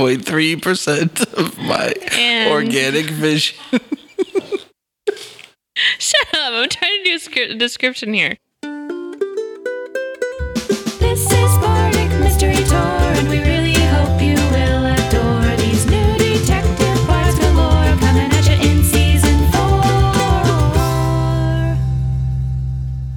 72.3% of my And- organic vision. Shut up. I'm trying to do a scri- description here. This is Bardic Mystery Tour, and we really hope you will adore these new detective parts galore coming at you in season four.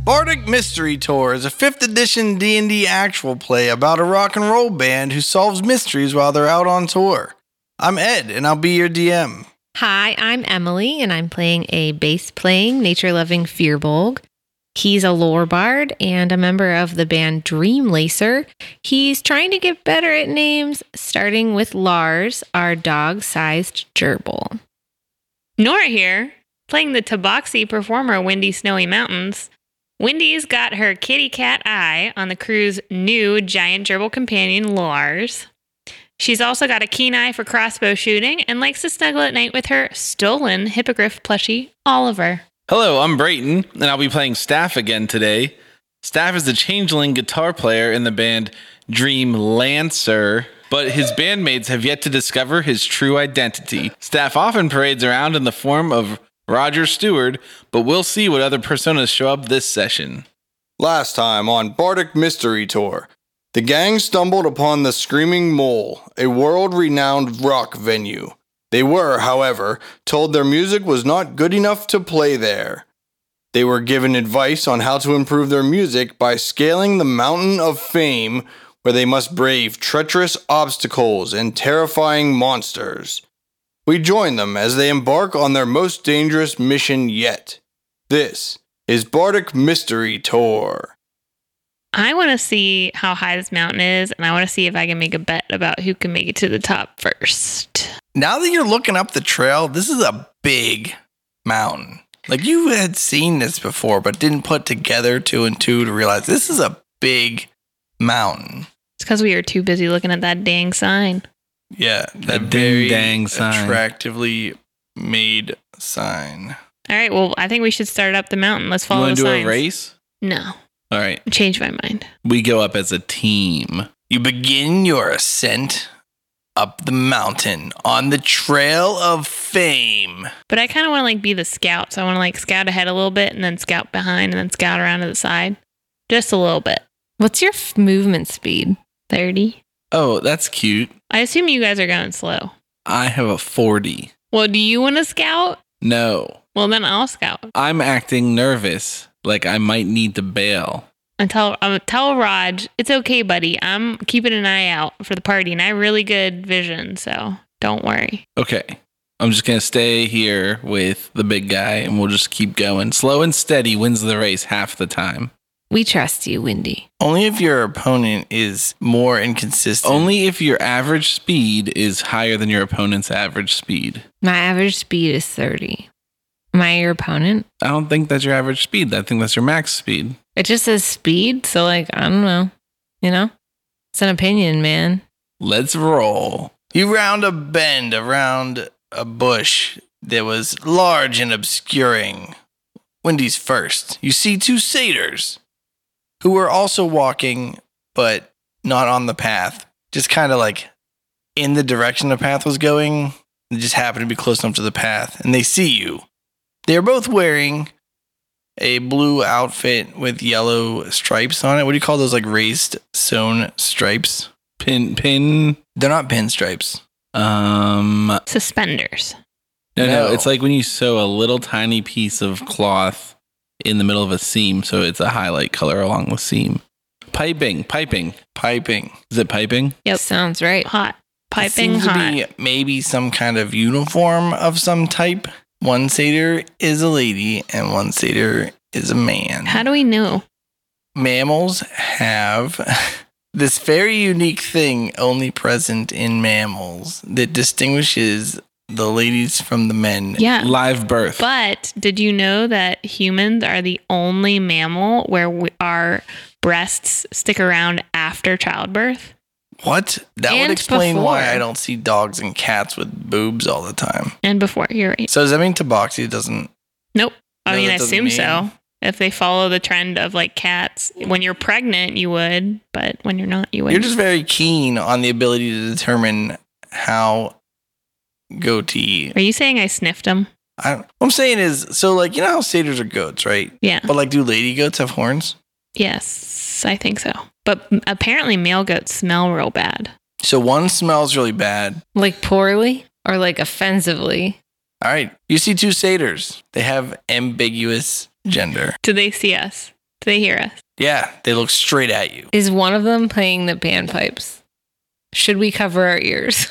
Bardic Mystery Tour is a 5th edition D&D actual play about a rock and roll band who solves mysteries while they're out on tour. I'm Ed and I'll be your DM. Hi, I'm Emily, and I'm playing a bass playing, nature loving Fearbolg. He's a lore bard and a member of the band Dreamlacer. He's trying to get better at names, starting with Lars, our dog sized gerbil. Nora here, playing the Tabaxi performer Wendy Snowy Mountains. Wendy's got her kitty cat eye on the crew's new giant gerbil companion, Lars. She's also got a keen eye for crossbow shooting and likes to snuggle at night with her stolen hippogriff plushie, Oliver. Hello, I'm Brayton, and I'll be playing Staff again today. Staff is the changeling guitar player in the band Dream Lancer, but his bandmates have yet to discover his true identity. Staff often parades around in the form of Roger Stewart, but we'll see what other personas show up this session. Last time on Bardic Mystery Tour, the gang stumbled upon the Screaming Mole, a world renowned rock venue. They were, however, told their music was not good enough to play there. They were given advice on how to improve their music by scaling the mountain of fame, where they must brave treacherous obstacles and terrifying monsters. We join them as they embark on their most dangerous mission yet. This is Bardic Mystery Tour. I want to see how high this mountain is, and I want to see if I can make a bet about who can make it to the top first. Now that you're looking up the trail, this is a big mountain. Like you had seen this before, but didn't put together two and two to realize this is a big mountain. It's because we were too busy looking at that dang sign. Yeah, that ding very dang sign. attractively made sign. All right, well, I think we should start up the mountain. Let's You follow want the to do signs. a race? No, All right, change my mind. we go up as a team. You begin your ascent up the mountain on the trail of fame. But I kind of want to like be the scout. So I want to like scout ahead a little bit and then scout behind and then scout around to the side. Just a little bit. What's your f- movement speed? 30. Oh, that's cute. I assume you guys are going slow. I have a 40. Well, do you want to scout? No, Well, then I'll scout. I'm acting nervous, like I might need to bail. And tell, um, tell Raj, it's okay, buddy. I'm keeping an eye out for the party and I have really good vision. So don't worry. Okay. I'm just going to stay here with the big guy and we'll just keep going. Slow and steady wins the race half the time. We trust you, Wendy. Only if your opponent is more inconsistent. Only if your average speed is higher than your opponent's average speed. My average speed is 30. Am I your opponent? I don't think that's your average speed. I think that's your max speed. It just says speed, so like, I don't know. You know? It's an opinion, man. Let's roll. You round a bend around a bush that was large and obscuring. Wendy's first. You see two satyrs who were also walking, but not on the path, just kind of like in the direction the path was going. They just happen to be close enough to the path, and they see you. They're both wearing a blue outfit with yellow stripes on it. What do you call those? Like raised sewn stripes? Pin, pin. They're not pinstripes. Um, no, Suspenders. no, No. It's like when you sew a little tiny piece of cloth in the middle of a seam. So it's a highlight color along the seam. Piping, piping. Piping. Is it piping? Yep. Sounds right. Hot. It Piping seems hot. To be maybe some kind of uniform of some type. One satyr is a lady, and one satyr is a man. How do we know? Mammals have this very unique thing only present in mammals that distinguishes the ladies from the men. Yeah. Live birth. But did you know that humans are the only mammal where we, our breasts stick around after childbirth? What? That would And explain why before. I don't see dogs and cats with boobs all the time. And before, you're right. So does that mean Tabaxi doesn't? Nope. I No, mean, that I doesn't assume so. If they follow the trend of like cats, when you're pregnant, you would, but when you're not, you You're wouldn't. just very keen on the ability to determine how goatee. Are you saying I sniffed them? I, what I'm saying is, so like you know how satyrs are goats, right? Yeah. But like, do lady goats have horns? Yes, I think so. But m- apparently, male goats smell real bad. So one smells really bad. Like poorly or like offensively? All right, you see two satyrs. They have ambiguous gender. Do they see us? Do they hear us? Yeah, they look straight at you. Is one of them playing the panpipes? Should we cover our ears?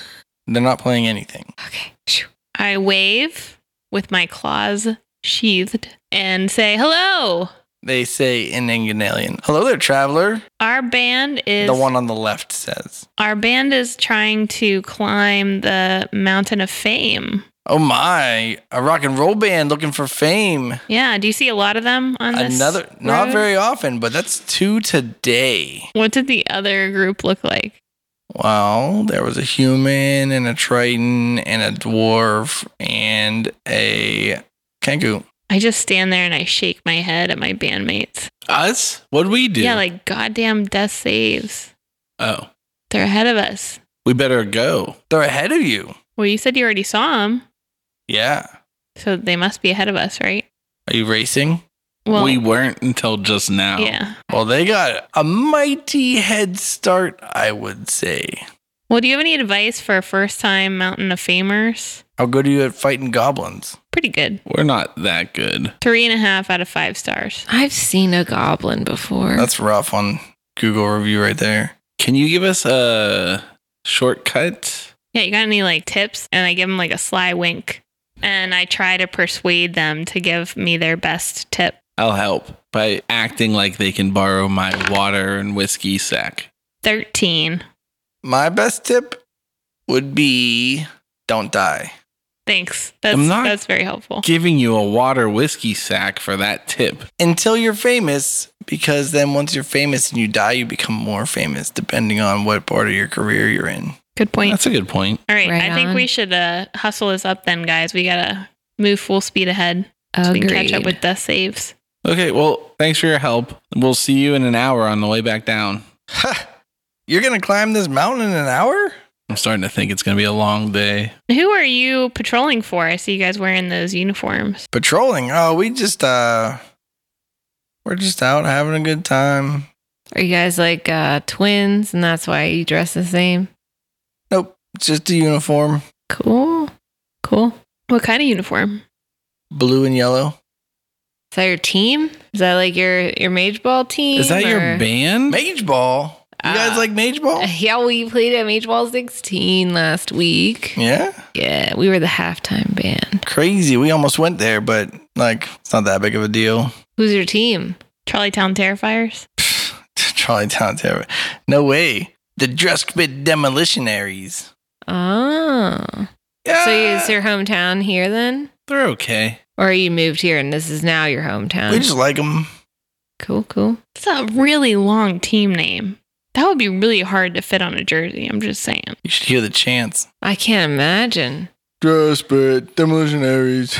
They're not playing anything. Okay. Shoo. I wave with my claws sheathed and say, "Hello." They say in Inganalian, "Hello there, traveler." Our band is the one on the left says, our band is trying to climb the mountain of fame. "Oh my, a rock and roll band looking for fame." Yeah, do you see a lot of them on this? Another, not road? very often, but that's two today. What did the other group look like? Well, there was a human and a triton and a dwarf and a kangaroo. I just stand there and I shake my head at my bandmates. Us? What'd we do? Yeah, like goddamn death saves. oh, They're ahead of us. we better go. They're ahead of you. Well, you said you already saw them, Yeah. so they must be ahead of us, right? Are you racing? Well, we weren't until just now. yeah. Well, they got a mighty head start, I would say. Well, do you have any advice for first-time Mountain of Famers? How good are you at fighting goblins? Pretty good. We're not that good. Three and a half out of five stars. I've seen a goblin before. That's rough on Google review right there. Can you give us a shortcut? Yeah, you got any like tips? And I give them like a sly wink, and I try to persuade them to give me their best tip. I'll help by acting like they can borrow my water and whiskey sack. Thirteen. My best tip would be don't die. Thanks. That's I'm not- that's very helpful. Giving you a water whiskey sack for that tip. Until you're famous, because then once you're famous and you die, you become more famous, depending on what part of your career you're in. Good point. That's a good point. All right, Right I think on. we should uh, hustle this up then, guys. We gotta move full speed ahead so we can catch up Agreed. with death saves. Okay, well, thanks for your help. We'll see you in an hour on the way back down. Ha! You're gonna climb this mountain in an hour? I'm starting to think it's going to be a long day. Who are you patrolling for? I see you guys wearing those uniforms. Patrolling? Oh, we just uh, we're just out having a good time. Are you guys like uh, twins and that's why you dress the same? Nope, it's just a uniform, Cool. Cool. What kind of uniform? blue and yellow. Is that your team? Is that like your your mage ball team? Is that your or- band? Mage ball. You guys Ah. like mage ball? Yeah, we played at Mage Ball 16 last week. Yeah, Yeah, we were the halftime band. crazy. We almost went there, but like, it's not that big of a deal. Who's your team? Charlie Town Terrifiers. Charlie Town Terror. No way. The Druskbit Demolitionaries. Oh. Yeah. So is your hometown here then? They're okay. Or you moved here and this is now your hometown? we just like them. cool, cool. It's a really long team name. That would be really hard to fit on a jersey. I'm just saying. You should hear the chants. I can't imagine. Druskbit Demolitionaries.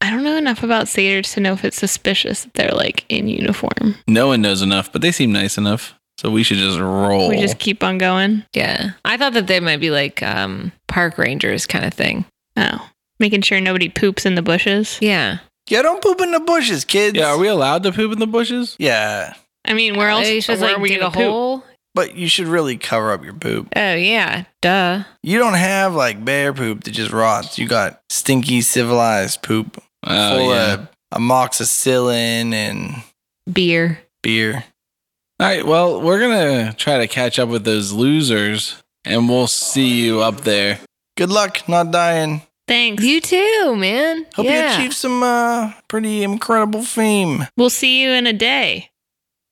I don't know enough about satyrs to know if it's suspicious that they're like in uniform. No one knows enough, but they seem nice enough. So we should just roll. We just keep on going. Yeah. I thought that they might be like um park rangers kind of thing. Oh, making sure nobody poops in the bushes. Yeah. Yeah, don't poop in the bushes, kids. yeah, are we allowed to poop in the bushes? Yeah, I mean, where else? Are you supposed to where like are we dig gonna a poop? hole? but you should really cover up your poop. Oh yeah. Duh. You don't have like bear poop that just rots. You got stinky civilized poop Oh, full uh, yeah. of amoxicillin and Beer. beer. All right, well, we're going to try to catch up with those losers and we'll see you up there. Good luck, not dying. Thanks. You too, man. Hope yeah. you achieve some uh, pretty incredible fame. We'll see you in a day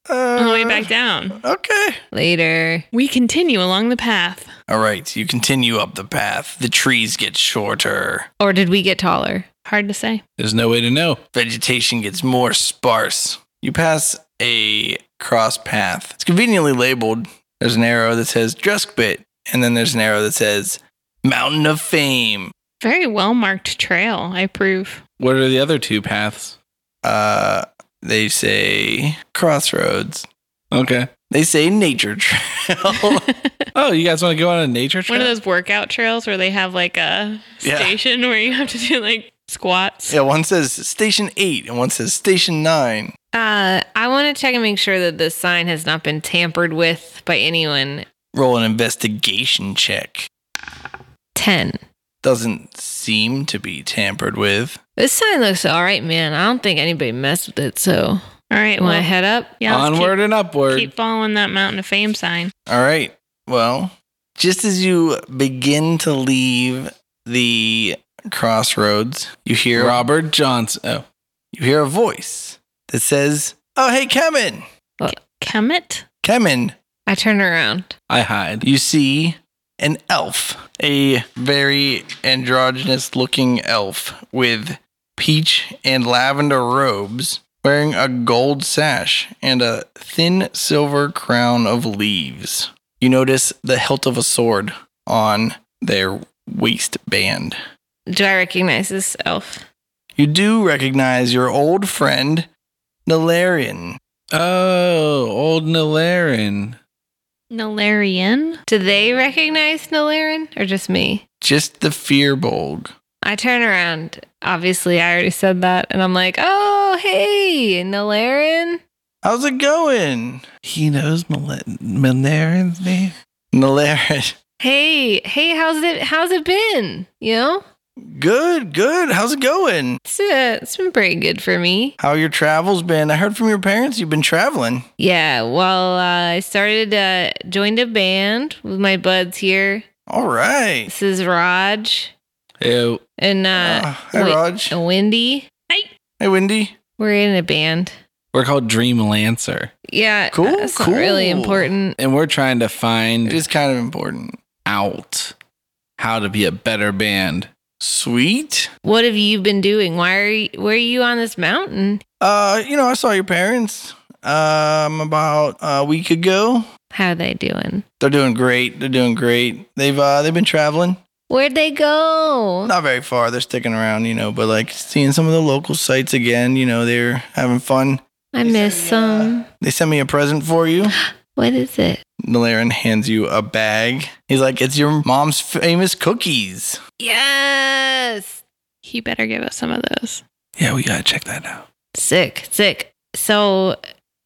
Uh, on the way back down. Okay. Later. We continue along the path. All right, you continue up the path. The trees get shorter. Or did we get taller? Hard to say. There's no way to know. Vegetation gets more sparse. You pass a cross path. It's conveniently labeled. There's an arrow that says Druskbit, and then there's an arrow that says Mountain of Fame. Very well marked trail. I approve. What are the other two paths? Uh, They say crossroads. Okay. They say nature trail. Oh, you guys want to go on a nature trip? One of those workout trails where they have like a Yeah. station where you have to do like squats. yeah, one says station eight and one says station nine. Uh, I want to check and make sure that this sign has not been tampered with by anyone. Roll an investigation check. 10. Doesn't seem to be tampered with. This sign looks all right, man. I don't think anybody messed with it. So, All right, want well, to head up? yeah, let's Onward and upward. Keep, keep following that mountain of fame sign. All right. Well, just as you begin to leave the crossroads, you hear Robert Johnson. Oh, you hear a voice that says, "Oh, hey, Kemen, Kemet? Kemen." I turn around. I hide. You see an elf, a very androgynous-looking elf with peach and lavender robes, wearing a gold sash and a thin silver crown of leaves. You notice the hilt of a sword on their waistband. Do I recognize this elf? You do recognize your old friend, Nalarian. Oh, old Nalarin. Nalarian? Do they recognize Nalarin or just me? Just the Fearbolg. I turn around. Obviously, I already said that. And I'm like, oh, hey, Nalarin. How's it going? He knows Nalarin's name. Nalarian. Hey, hey, how's it? How's it been? You know, Good, good. How's it going? it's, uh, it's been pretty good for me. How your travels been? I heard from your parents you've been traveling. Yeah, well, uh, I started uh, joined a band with my buds here. All right. This is Raj Ew. and Uh, uh, hi, wait. Raj. Wendy. Hey, Wendy. We're in a band. We're called Dream Lancer, Yeah, Cool, uh, it's not really cool. important. and we're trying to find It is kind of important. out how to be a better band. Sweet. What have you been doing? Why are you? Where are you on this mountain? Uh, you know, I saw your parents um about a week ago. How are they doing? They're doing great. They're doing great. They've uh they've been traveling. Where'd they go? not very far. They're sticking around, you know, but like seeing some of the local sites again, you know, they're having fun. I They miss sent them. They sent me a present for you. what is it? Nalarin hands you a bag. He's like, it's your mom's famous cookies. Yes, He better give us some of those. Yeah, we gotta check that out. sick, sick. So,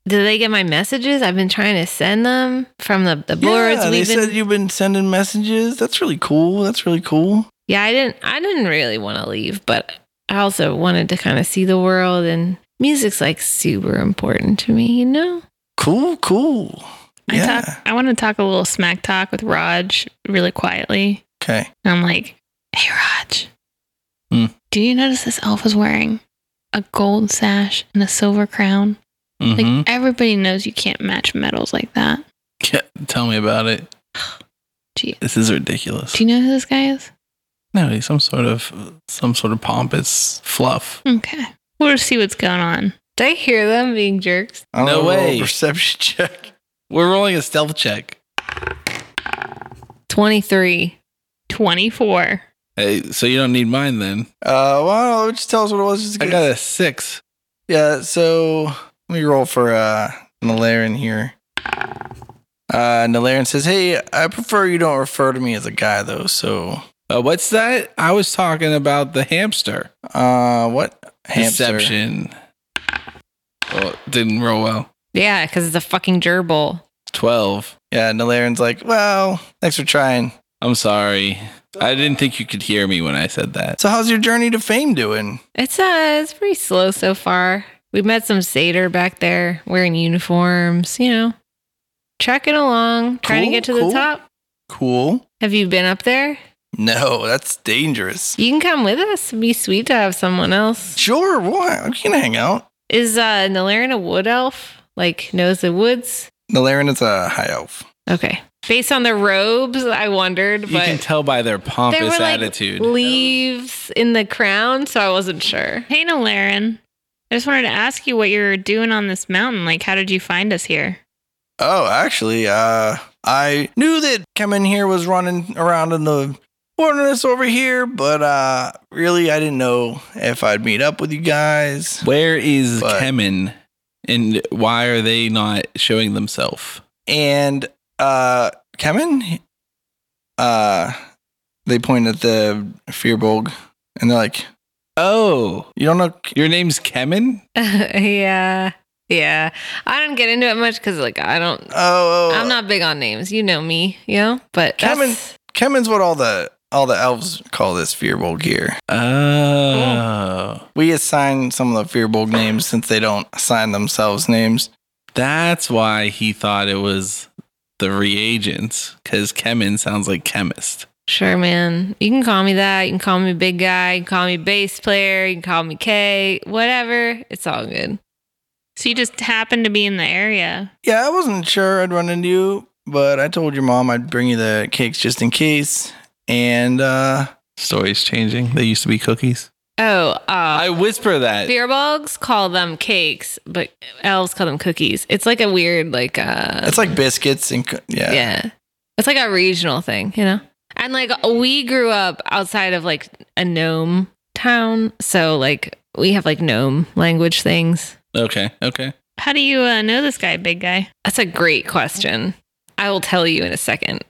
do they get my messages? I've been trying to send them from the the boards. yeah, they we've been. said you've been sending messages. That's really cool. That's really cool. yeah, I didn't. I didn't really want to leave, but I also wanted to kind of see the world and. Music's like super important to me, you know? Cool, cool. I yeah. talk I want to talk a little smack talk with Raj really quietly. Okay. And I'm like, hey Raj. Hmm. Do you notice this elf is wearing a gold sash and a silver crown? Like Mm-hmm. Mhm. everybody knows you can't match medals like that. Yeah, tell me about it. Gee. This is ridiculous. Do you know who this guy is? No, he's some sort of some sort of pompous fluff. Okay. We'll see what's going on. Did I hear them being jerks? I'm No gonna roll a way. Perception check. We're rolling a stealth check. 23. 24. Hey, so you don't need mine then. Uh, well, just tell us what it was. Just I got a six. Yeah, so let me roll for uh Nalarin here. Uh Nalarin says, Hey, I prefer you don't refer to me as a guy though, so Uh, what's that? I was talking about the hamster. uh what? Hamster. Deception. Oh, didn't roll well. Yeah, because it's a fucking gerbil. Twelve. Yeah, Nalarin's like, Well, thanks for trying. I'm sorry. I didn't think you could hear me when I said that. So how's your journey to fame doing? It's uh, it's pretty slow so far. We met some satyr back there wearing uniforms, you know, trekking along, trying to Cool, get to cool. the top. Cool. Have you been up there? No, that's dangerous. You can come with us. It'd be sweet to have someone else. Sure, what? We can hang out. Is uh, Nalarin a wood elf? Like, knows the woods? Nalarin is a high elf. Okay. Based on the robes, I wondered, You but can tell by their there pompous were like attitude. leaves in the crown, so I wasn't sure. Hey, Nalarin. I just wanted to ask you what you're doing on this mountain. Like, how did you find us here? Oh, actually, uh, I knew that Kemen here was running around in the wilderness over here, but uh, really, I didn't know if I'd meet up with you guys. Where is But- Kemen? And why are they not showing themselves? and uh Kevin uh they point at the Fearbolg and they're like, Oh, You don't know your name's Kemen? yeah. Yeah. I don't get into it much because, like, I don't. Uh, Oh I'm not big on names. You know me, you know? But that's, Kevin Kemen's what all the all the elves call this Fearbolg gear. Oh, We assign some of the Fearbolg names since they don't assign themselves names. that's why he thought it was the reagents because Kemen sounds like chemist. Sure, man. You can call me that. You can call me big guy. You can call me bass player. You can call me K. Whatever. It's all good. So you just happened to be in the area. Yeah, I wasn't sure I'd run into you, but I told your mom I'd bring you the cakes just in case. And uh Story's changing. They used to be cookies. Oh, uh, I whisper that. beer bogs call them cakes, but elves call them cookies. It's like a weird, like, uh, it's like biscuits and co- yeah. yeah. It's like a regional thing, you know? And like, we grew up outside of like a gnome town. So, like, we have like gnome language things. Okay, okay. How do you uh, know this guy, big guy? That's a great question. I will tell you in a second.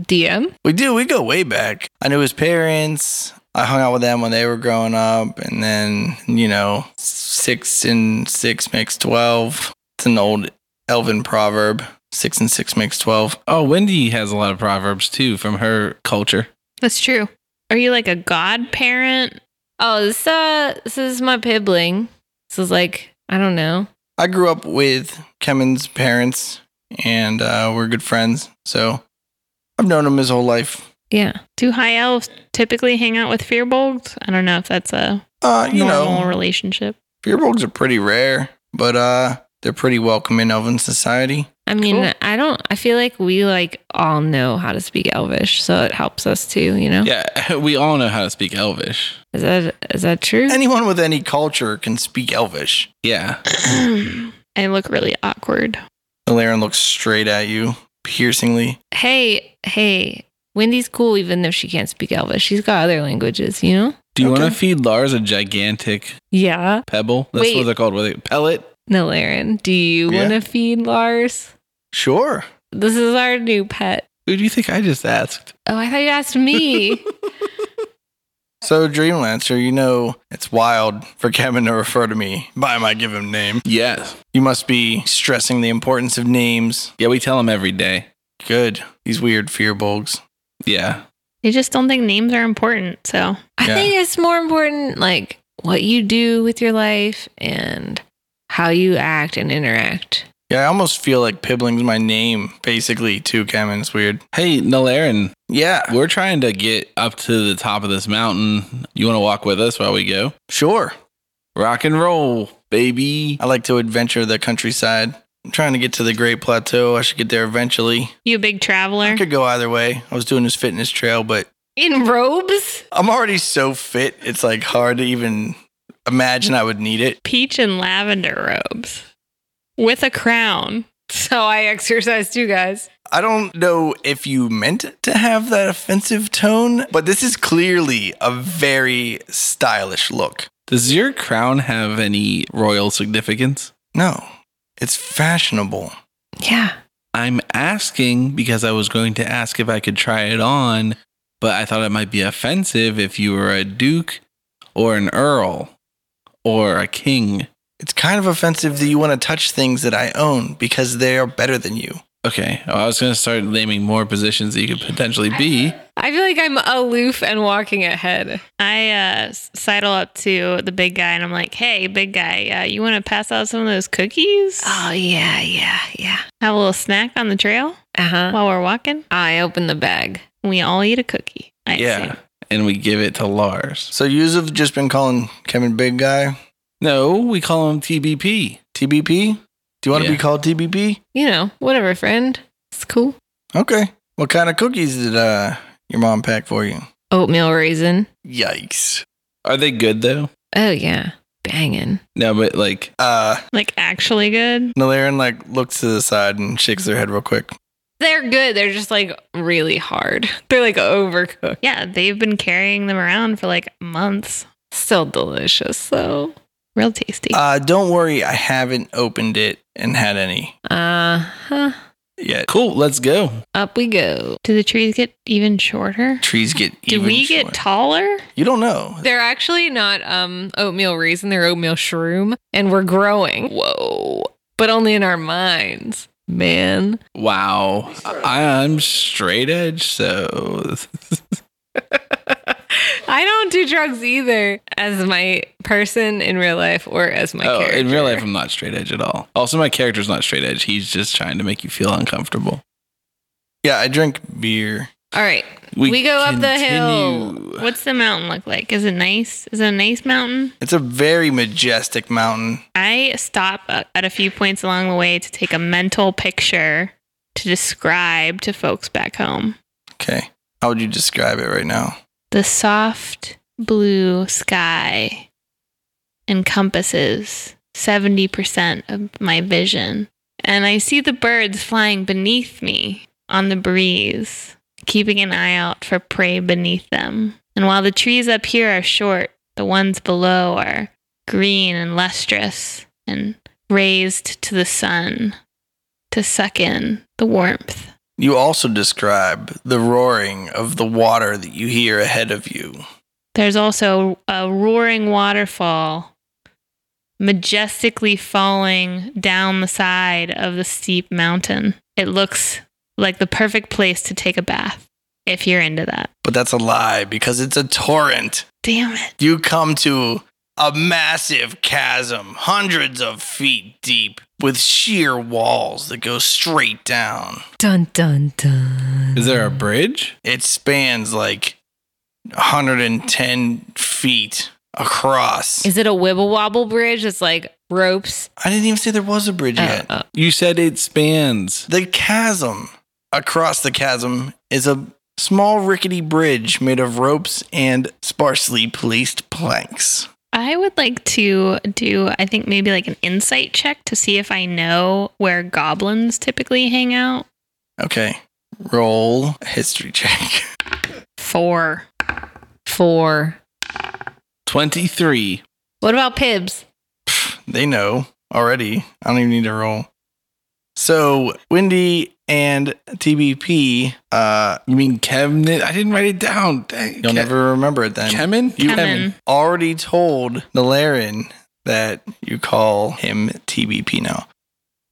DM? We do. We go way back. I knew his parents. I hung out with them when they were growing up, and then you know, six and six makes twelve. It's an old Elven proverb. Six and six makes twelve. Oh, Wendy has a lot of proverbs too from her culture. That's true. Are you like a godparent? Oh, this uh, this is my pibbling. This is like I don't know. I grew up with Kemen's parents, and uh, we're good friends. So I've known him his whole life. Yeah, Do high elves typically hang out with fearbolgs? I don't know if that's a Uh, you normal know, relationship. Fearbolgs are pretty rare, but uh, they're pretty welcome in Elven society. I mean, Cool. I don't. I feel like we like all know how to speak Elvish, so it helps us too. You know, Yeah, we all know how to speak Elvish. is that is that true? Anyone with any culture can speak Elvish. Yeah. I look really awkward. Alarion looks straight at you, piercingly. hey, hey, Wendy's cool even if she can't speak Elvish. She's got other languages, you know. Do you want Okay. to feed Lars a gigantic Yeah, pebble? That's Wait. what they're called. What are they, pellet? no, Laren. Do you Yeah. want to feed Lars? Sure. This is our new pet. Who do you think I just asked? Oh, I thought you asked me. So, Dreamlancer, you know it's wild for Kevin to refer to me by my given name. Yes. You must be stressing the importance of names. Yeah, we tell him every day. Good. These weird fear bulgs. Yeah. They just don't think names are important. So I Yeah. think it's more important, like what you do with your life and how you act and interact. Yeah, I almost feel like Pibbling's my name, basically, too, Kevin. It's weird. Hey, Nalarin, Yeah, we're trying to get up to the top of this mountain. You want to walk with us while we go? sure. Rock and roll, baby. I like to adventure the countryside. I'm trying to get to the Great Plateau. I should get there eventually. you a big traveler? I could go either way. I was doing this fitness trail, but In robes? I'm already so fit, it's like hard to even imagine I would need it. Peach and lavender robes with a crown. So I exercise too, guys. I don't know if you meant to have that offensive tone, but this is clearly a very stylish look. Does your crown have any royal significance? No, it's fashionable. Yeah. I'm asking because I was going to ask if I could try it on, but I thought it might be offensive if you were a duke or an earl or a king. It's kind of offensive that you want to touch things that I own because they are better than you. Okay, well, I was going to start naming more positions that you could potentially be. I feel like I'm aloof and walking ahead. I uh, s- sidle up to the big guy and I'm like, hey, big guy, uh, you want to pass out some of those cookies? Oh, Uh, yeah, yeah, yeah. Have a little snack on the trail Uh huh. while we're walking? I open the bag. We all eat a cookie. I yeah, assume. and we give it to Lars. So yous have just been calling Kevin Big Guy No, we call him TBP. TBP? Do you want Yeah. to be called TBP? You know, whatever, friend. It's cool. Okay. What kind of cookies did uh, your mom pack for you? Oatmeal raisin. Yikes. Are they good though? Oh, yeah. Bangin'. No, but like Uh, Like, actually good. Nalarin like looks to the side and shakes her head real quick. They're good. They're just like really hard. They're like overcooked. Yeah, they've been carrying them around for like months. Still delicious, though. Real tasty. Uh, don't worry, I haven't opened it and had any Uh huh. yet. Cool, let's go. Up we go. Do the trees get even shorter? Trees get. Do even we shorter. get taller? you don't know. They're actually not um oatmeal raisin, they're oatmeal shroom, and we're growing. Whoa. But only in our minds. Man. Wow. I- I'm straight edge, so I don't do drugs either as my person in real life or as my oh, character. in real life I'm not straight edge at all. Also my character's not straight edge. He's just trying to make you feel uncomfortable. Yeah, I drink beer. All right. We go up the hill. continue. What's the mountain look like? Is it nice? Is it a nice mountain? It's a very majestic mountain. I stop a- at a few points along the way to take a mental picture to describe to folks back home. Okay, how would you describe it right now? The soft blue sky encompasses 70% of my vision, and I see the birds flying beneath me on the breeze, keeping an eye out for prey beneath them. And while the trees up here are short, the ones below are green and lustrous and raised to the sun to suck in the warmth. You also describe the roaring of the water that you hear ahead of you. There's also a roaring waterfall majestically falling down the side of the steep mountain. It looks like the perfect place to take a bath if you're into that. But that's a lie because it's a torrent. Damn it. You come to a massive chasm, hundreds of feet deep, with sheer walls that go straight down. Dun dun dun. Is there a bridge? It spans like 110 feet across. Is it a wibble wobble bridge that's like ropes? I didn't even say there was a bridge yet. Uh, uh, You said it spans. The chasm across the chasm is a small rickety bridge made of ropes and sparsely placed planks. I would like to do, I think, maybe like an insight check to see if I know where goblins typically hang out. Okay. Roll a history check. Four. four. 23. What about Pibs? They know already. I don't even need to roll. So, Wendy and TBP, uh, You mean Kevin? I didn't write it down. Dang. you'll Ke- never remember it then. Kemen? You Kemen. already told Nalarin that you call him TBP now.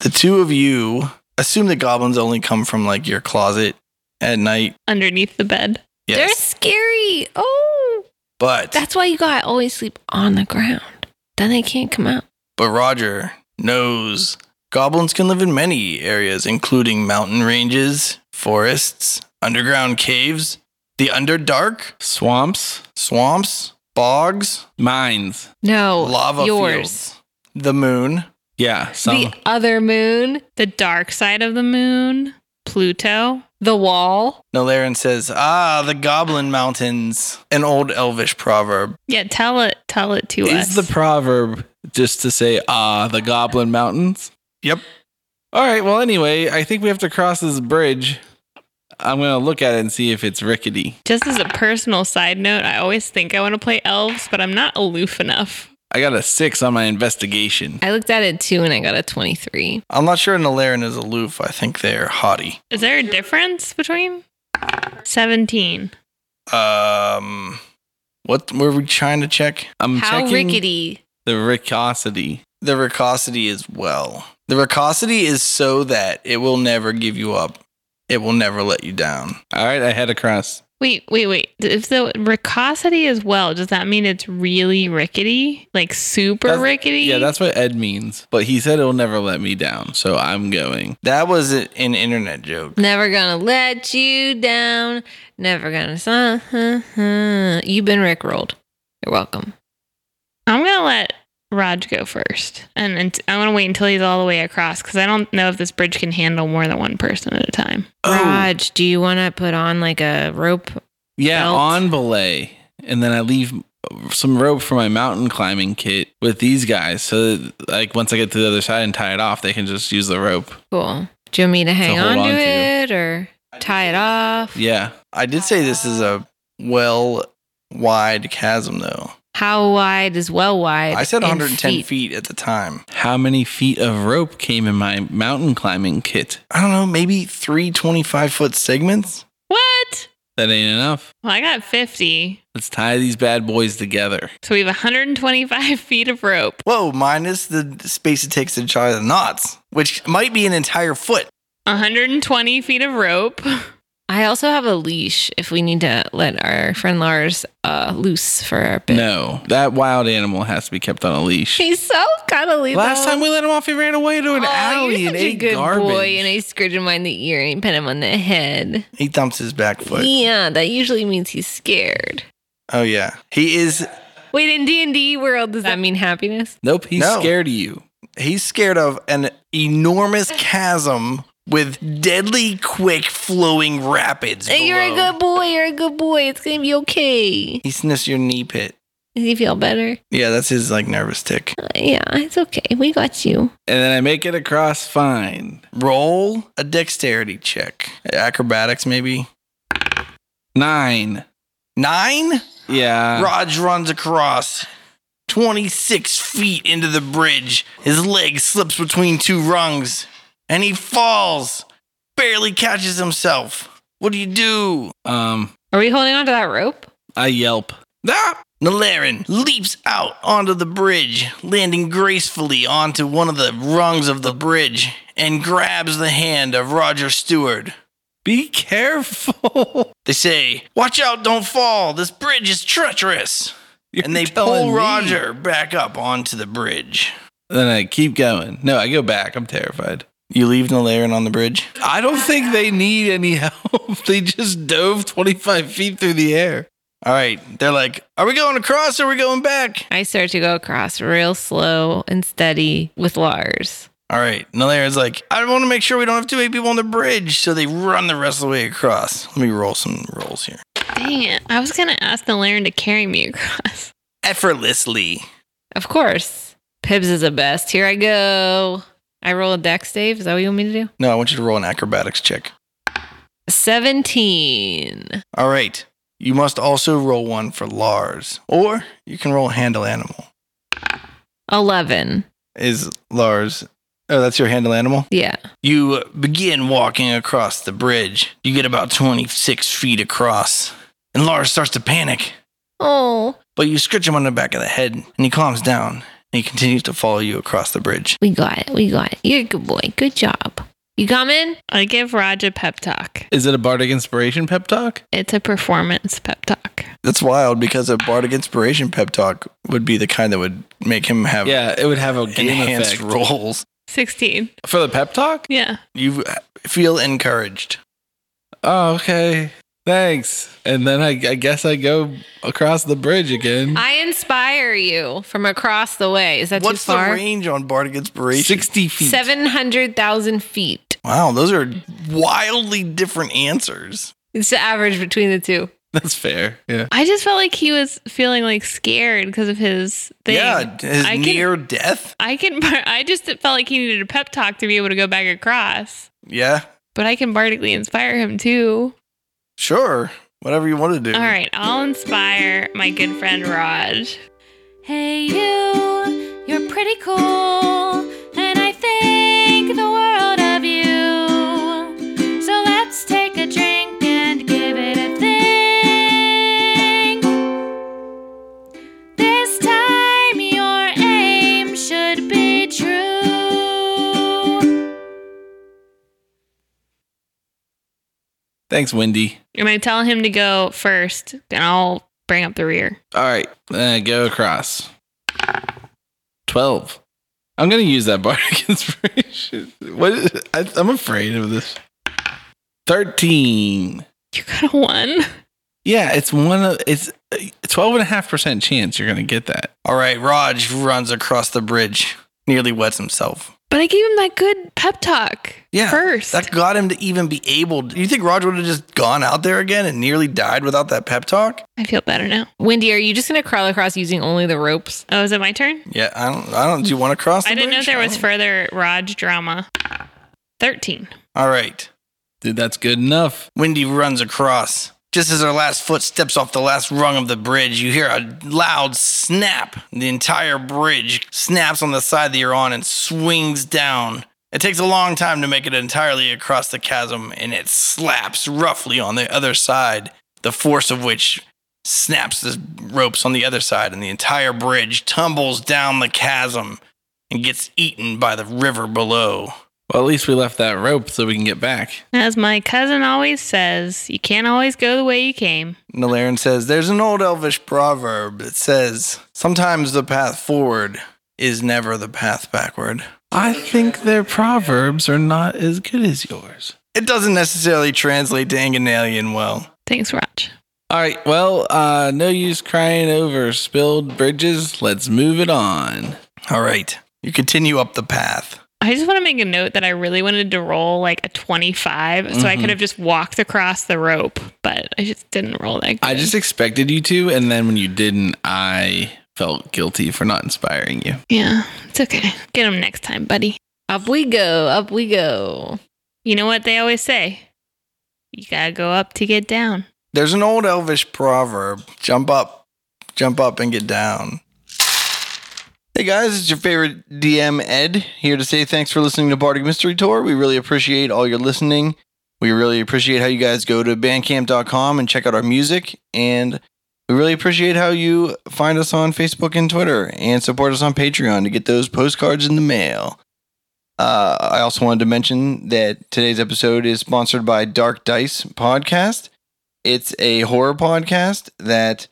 The two of you assume the goblins only come from like your closet at night. Underneath the bed. They're Yes. scary. Oh, But that's why you gotta always sleep on the ground. Then they can't come out. but Roger knows goblins can live in many areas, including mountain ranges, forests, underground caves, the underdark, Swamps? swamps, bogs, Mines. No, lava Oh, yours. fields, the moon. Yeah, some. The other moon, The dark side of the moon. Pluto. the wall. Nalarin says, "Ah, the goblin mountains." An old elvish proverb. Yeah, tell it tell it to us. Is the proverb just to say, ah, the Goblin Mountains? Yep. All right. Well, anyway, I think we have to cross this bridge. I'm going to look at it and see if it's rickety. Just as a personal side note, I always think I want to play elves, but I'm not aloof enough. I got a six on my investigation. I looked at it too and I got a 23. I'm not sure Nalarin is aloof. I think they're haughty. Is there a difference between 17? Um, what were we trying to check? Um, I'm How checking rickety. the rickosity. The ricosity as well. The ricosity is so that it will never give you up. It will never let you down. All right. I head across. Wait, wait, wait. If the ricosity is well, does that mean it's really rickety? Like super That's- rickety? Yeah, that's what Ed means. But he said it'll never let me down. So I'm going. That was a- an internet joke. Never gonna let you down. Never gonna. Uh-huh. You've been rickrolled. You're welcome. I'm going to let Raj go first. And, and I want to wait until he's all the way across because I don't know if this bridge can handle more than one person at a time. Oh. Raj, do you want to put on like a rope? Yeah, Belt. on belay. And then I leave some rope for my mountain climbing kit with these guys. So, that, like, once I get to the other side and tie it off, they can just use the rope. Cool. Do you want me to hang hold on, on to to. it or tie it off? Yeah. I did say this is a well wide chasm, though. How wide is well wide? I said in 110 feet at the time. How many feet of rope came in my mountain climbing kit? I don't know, maybe three 25 foot segments? What? That ain't enough. Well, I got 50. Let's tie these bad boys together. So we have 125 feet of rope. Whoa, minus the space it takes to tie the knots, which might be an entire foot. 120 feet of rope. I also have a leash if we need to let our friend Lars uh, loose for a bit. No, that wild animal has to be kept on a leash. He's so cuddly. Last though. time we let him off, he ran away to an Oh, alley you're and such a ate good garbage. boy, and I scratched him on the ear and he pet him on the head. He thumps his back foot. Yeah, that usually means he's scared. Oh, yeah. He is, Wait, in D and D world, does that mean happiness? nope, he's No. scared of you. he's scared of an enormous chasm with deadly quick flowing rapids. Hey, you're a below. good boy. You're a good boy. It's gonna be okay. He sniffs your knee pit. Does he feel better? Yeah, that's his like nervous tick. Uh, yeah, it's okay. We got you. And then I make it across fine. Roll a dexterity check. Acrobatics, maybe. Nine. Nine? Yeah. Raj runs across 26 feet into the bridge. His leg slips between two rungs and he falls, barely catches himself. What do you do? Um, Are we holding on to that rope? I yelp. Ah! Nalarin leaps out onto the bridge, landing gracefully onto one of the rungs of the bridge, and grabs the hand of Roger Stewart. Be careful. They say, Watch out, don't fall. This bridge is treacherous. You're and they telling pull me. Roger back up onto the bridge. Then I keep going. No, I go back. I'm terrified. You leave Nalarin on the bridge? I don't think they need any help. They just dove 25 feet through the air. All right. They're like, Are we going across or are we going back? I start to go across real slow and steady with Lars. All right. Nalarin's like, I want to make sure we don't have too many people on the bridge. So they run the rest of the way across. Let me roll some rolls here. Dang it. I was going to ask the Laren to carry me across. Effortlessly. Of course, Pibbs is the best. Here I go. I roll a dex, Dave. Is that what you want me to do? No, I want you to roll an acrobatics check. 17. All right. You must also roll one for Lars, or you can roll handle animal. 11. Is Lars. Oh, that's your handle animal? Yeah. You begin walking across the bridge. You get about 26 feet across, and Lars starts to panic. Oh, But you scratch him on the back of the head, and he calms down, and he continues to follow you across the bridge. we got it. We got it. You're a good boy. Good job. You coming? I give Raj a pep talk. Is it a bardic inspiration pep talk? It's a performance pep talk. That's wild because a bardic inspiration pep talk would be the kind that would make him have Yeah, it would have a game enhanced effect. rolls. 16. For the pep talk? Yeah. You feel encouraged. Oh, okay. Thanks. And then I, I guess I go across the bridge again. I inspire you from across the way. Is that What's too the far? range on bardic inspiration? 60 feet. 700,000 feet. Wow, those are wildly different answers. It's the average between the two. That's fair. Yeah. I just felt like he was feeling like scared because of his thing. Yeah, his I can- near death. I can, bar- I just felt like he needed a pep talk to be able to go back across, Yeah, but I can bardically inspire him too. sure. Whatever you want to do. All right, I'll inspire my good friend Raj. Hey, you, you're pretty cool, and I think the world of you. So let's take a drink and give it a think. This time your aim should be true. Thanks, Wendy. I'm going to tell him to go first, and I'll bring up the rear. All right. Then I go across. 12. I'm going to use that bardic inspiration. What is, I, I'm afraid of this. 13. You got a one. Yeah, it's one of it's a 12 and a half percent chance you're going to get that. All right, Raj runs across the bridge, nearly wets himself. But I gave him that good pep talk Yeah, first. That got him to even be able. Do you think Roger would have just gone out there again and nearly died without that pep talk? I feel better now. Wendy, are you just going to crawl across using only the ropes? Oh, is it my turn? Yeah, I don't. I don't. Do you want to cross? The I didn't know bridge? there I was don't- further Raj drama. 13. All right, Dude, that's good enough. Wendy runs across. Just as her last foot steps off the last rung of the bridge, you hear a loud snap. The entire bridge snaps on the side that you're on and swings down. It takes a long time to make it entirely across the chasm, and it slaps roughly on the other side, the force of which snaps the ropes on the other side, and the entire bridge tumbles down the chasm and gets eaten by the river below. Well, at least we left that rope so we can get back. As my cousin always says, you can't always go the way you came. Nalaran says, There's an old elvish proverb that says, Sometimes the path forward is never the path backward. I think their proverbs are not as good as yours. It doesn't necessarily translate to Anganalian well. Thanks, Raj. All right, well, uh, no use crying over spilled bridges. Let's move it on. All right, you continue up the path. I just want to make a note that I really wanted to roll like a 25, so I Mhm. Mm-hmm. could have just walked across the rope, but I just didn't roll that good. I just expected you to, and then when you didn't, I felt guilty for not inspiring you. Yeah, it's okay. Get them next time, buddy. Up we go. Up we go. You know what they always say? You gotta go up to get down. There's an old elvish proverb jump up, jump up, and get down. Hey guys, it's your favorite DM Ed here to say thanks for listening to Bardic Mystery Tour. We really appreciate all your listening. We really appreciate how you guys go to bandcamp.com and check out our music. And we really appreciate how you find us on Facebook and Twitter and support us on Patreon to get those postcards in the mail. Uh, I also wanted to mention that today's episode is sponsored by Dark Dice Podcast it's a horror podcast that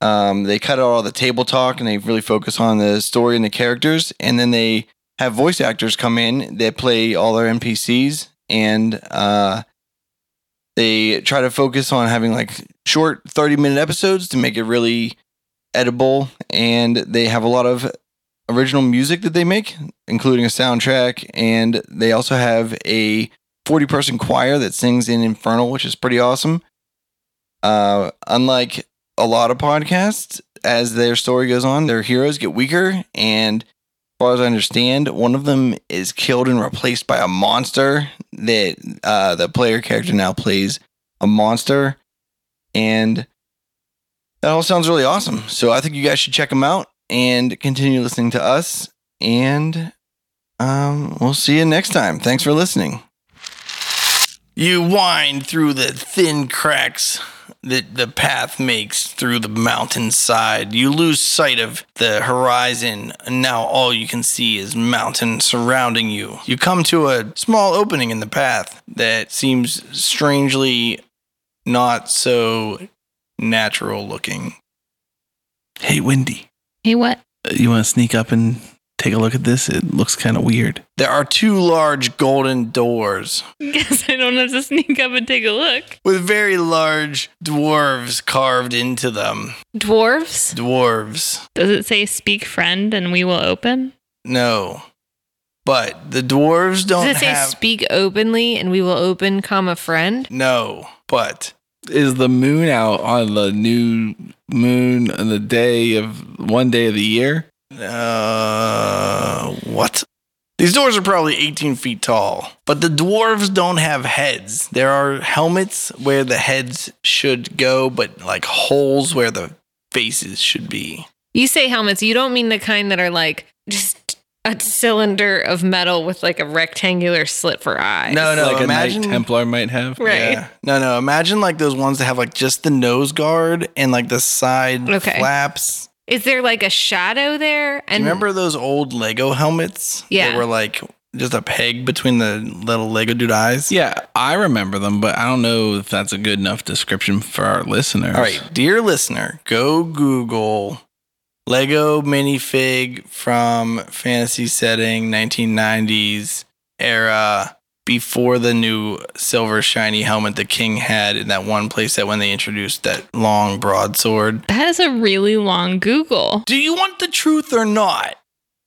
um, they cut out all the table talk and they really focus on the story and the characters and then they have voice actors come in that play all their npcs and uh, they try to focus on having like short 30 minute episodes to make it really edible and they have a lot of original music that they make including a soundtrack and they also have a 40 person choir that sings in infernal which is pretty awesome uh, unlike a lot of podcasts, as their story goes on, their heroes get weaker. And as far as I understand, one of them is killed and replaced by a monster that uh, the player character now plays a monster. And that all sounds really awesome. So I think you guys should check them out and continue listening to us. And um, we'll see you next time. Thanks for listening. You wind through the thin cracks that the path makes through the mountainside. You lose sight of the horizon, and now all you can see is mountain surrounding you. You come to a small opening in the path that seems strangely not so natural looking. Hey, Wendy, Hey, what? uh, you want to sneak up and take a look at this? It looks kind of weird. There are two large golden doors Guess I don't have to sneak up and take a look. with very large dwarves carved into them. Dwarves? Dwarves. Does it say speak friend and we will open? No. But the dwarves don't Does it say have speak openly and we will open, comma, friend? No, but Is the moon out on the new moon on the day of one day of the year? uh what? These doors are probably 18 feet tall, but the dwarves don't have heads. There are helmets where the heads should go, but like holes where the faces should be. You say helmets. You don't mean the kind that are like just a cylinder of metal with like a rectangular slit for eyes. No, no, like imagine a knight templar might have. Right. Yeah. No, no. Imagine like those ones that have like just the nose guard and like the side Okay. flaps. Is there like a shadow there? Do you remember those old Lego helmets? Yeah. That were like just a peg between the little Lego dude eyes? Yeah, I remember them, but I don't know if that's a good enough description for our listeners. All right. Dear listener, go Google Lego minifig from fantasy setting 1990s era before the new silver shiny helmet the king had in that one place that when they introduced that long broadsword. That is a really long Google. Do you want the truth or not?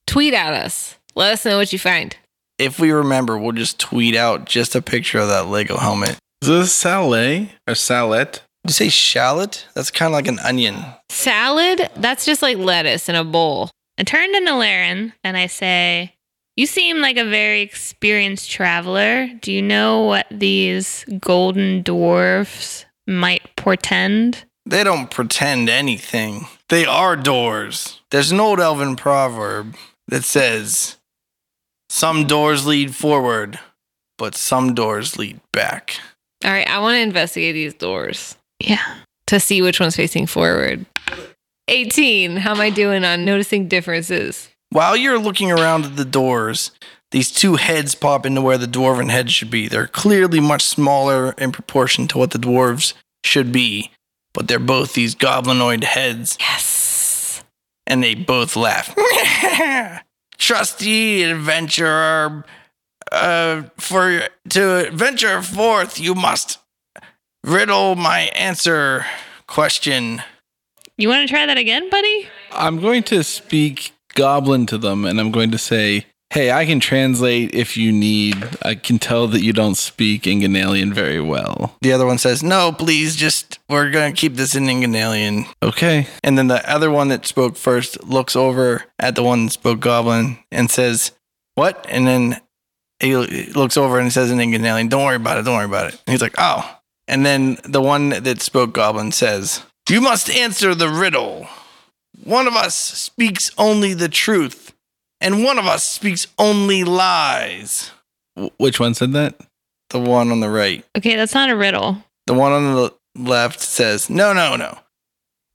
Tweet at us. Let us know what you find. If we remember, we'll just tweet out just a picture of that Lego helmet. Is this Salet or Salet? Did you say shallot? That's kind of like an onion. Salad? That's just like lettuce in a bowl. I turn to Nalaran and I say, You seem like a very experienced traveler. Do you know what these golden dwarfs might portend. They don't pretend anything. They are doors. There's an old elven proverb that says, Some doors lead forward, but some doors lead back. All right, I want to investigate these doors Yeah. to see which one's facing forward. 18. How am I doing on noticing differences? While you're looking around at the doors, these two heads pop into where the dwarven head should be. They're clearly much smaller in proportion to what the dwarves should be, but they're both these goblinoid heads, Yes. and they both laugh. Trusty adventurer, uh, for to venture forth, you must riddle my answer question. You want to try that again, buddy? I'm going to speak goblin to them and I'm going to say, Hey, I can translate if you need. I can tell that you don't speak Inganalian very well. The other one says, "No, please, just we're gonna keep this in Inganalian. Okay. And then the other one that spoke first looks over at the one that spoke Goblin and says, What? And then he looks over and says in Inganalian, Don't worry about it. Don't worry about it. And he's like, Oh. And then the one that spoke Goblin says, You must answer the riddle. One of us speaks only the truth, and one of us speaks only lies. Wh- Which one said that? The one on the right. Okay, that's not a riddle. The one on the left says, "No, no, no.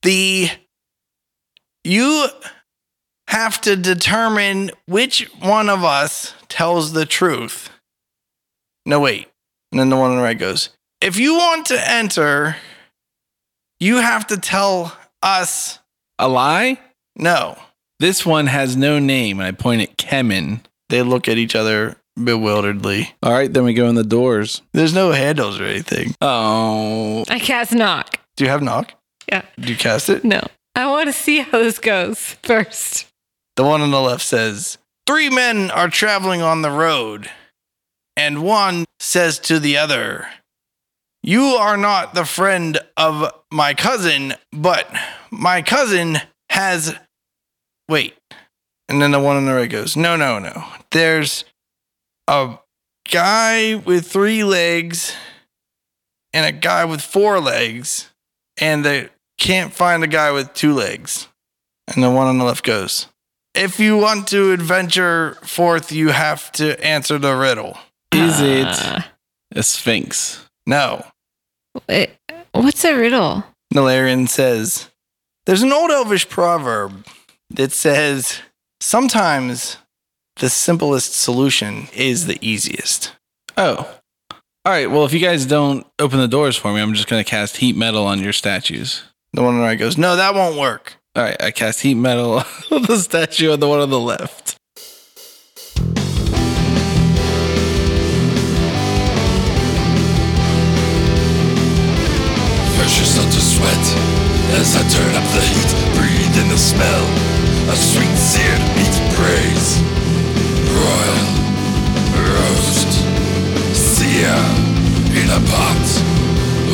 The you have to determine which one of us tells the truth." No, wait. And then the one on the right goes, "If you want to enter, you have to tell us A lie? no." This one has no name. I point at Kemen. They look at each other bewilderedly. All right, then we go in the doors. There's no handles or anything. Oh, I cast knock. Do you have knock? Yeah. Do you cast it? No. I want to see how this goes first. The one on the left says, Three men are traveling on the road, and one says to the other, You are not the friend of my cousin, but my cousin has. Wait. And then the one on the right goes, No, no, no. There's a guy with three legs and a guy with four legs, and they can't find a guy with two legs. And the one on the left goes, if you want to adventure forth, you have to answer the riddle. is Uh, it a sphinx? No. it- what's a riddle? Nalarian says, There's an old elvish proverb that says, Sometimes the simplest solution is the easiest. Oh. All right. Well, if you guys don't open the doors for me, I'm just going to cast heat metal on your statues. The one on the right goes, No, that won't work. All right. I cast heat metal on the statue on the one on the left. First you start to sweat as I turn up the heat. Breathe in the smell of sweet seared meat praise. Royal roast sear in a pot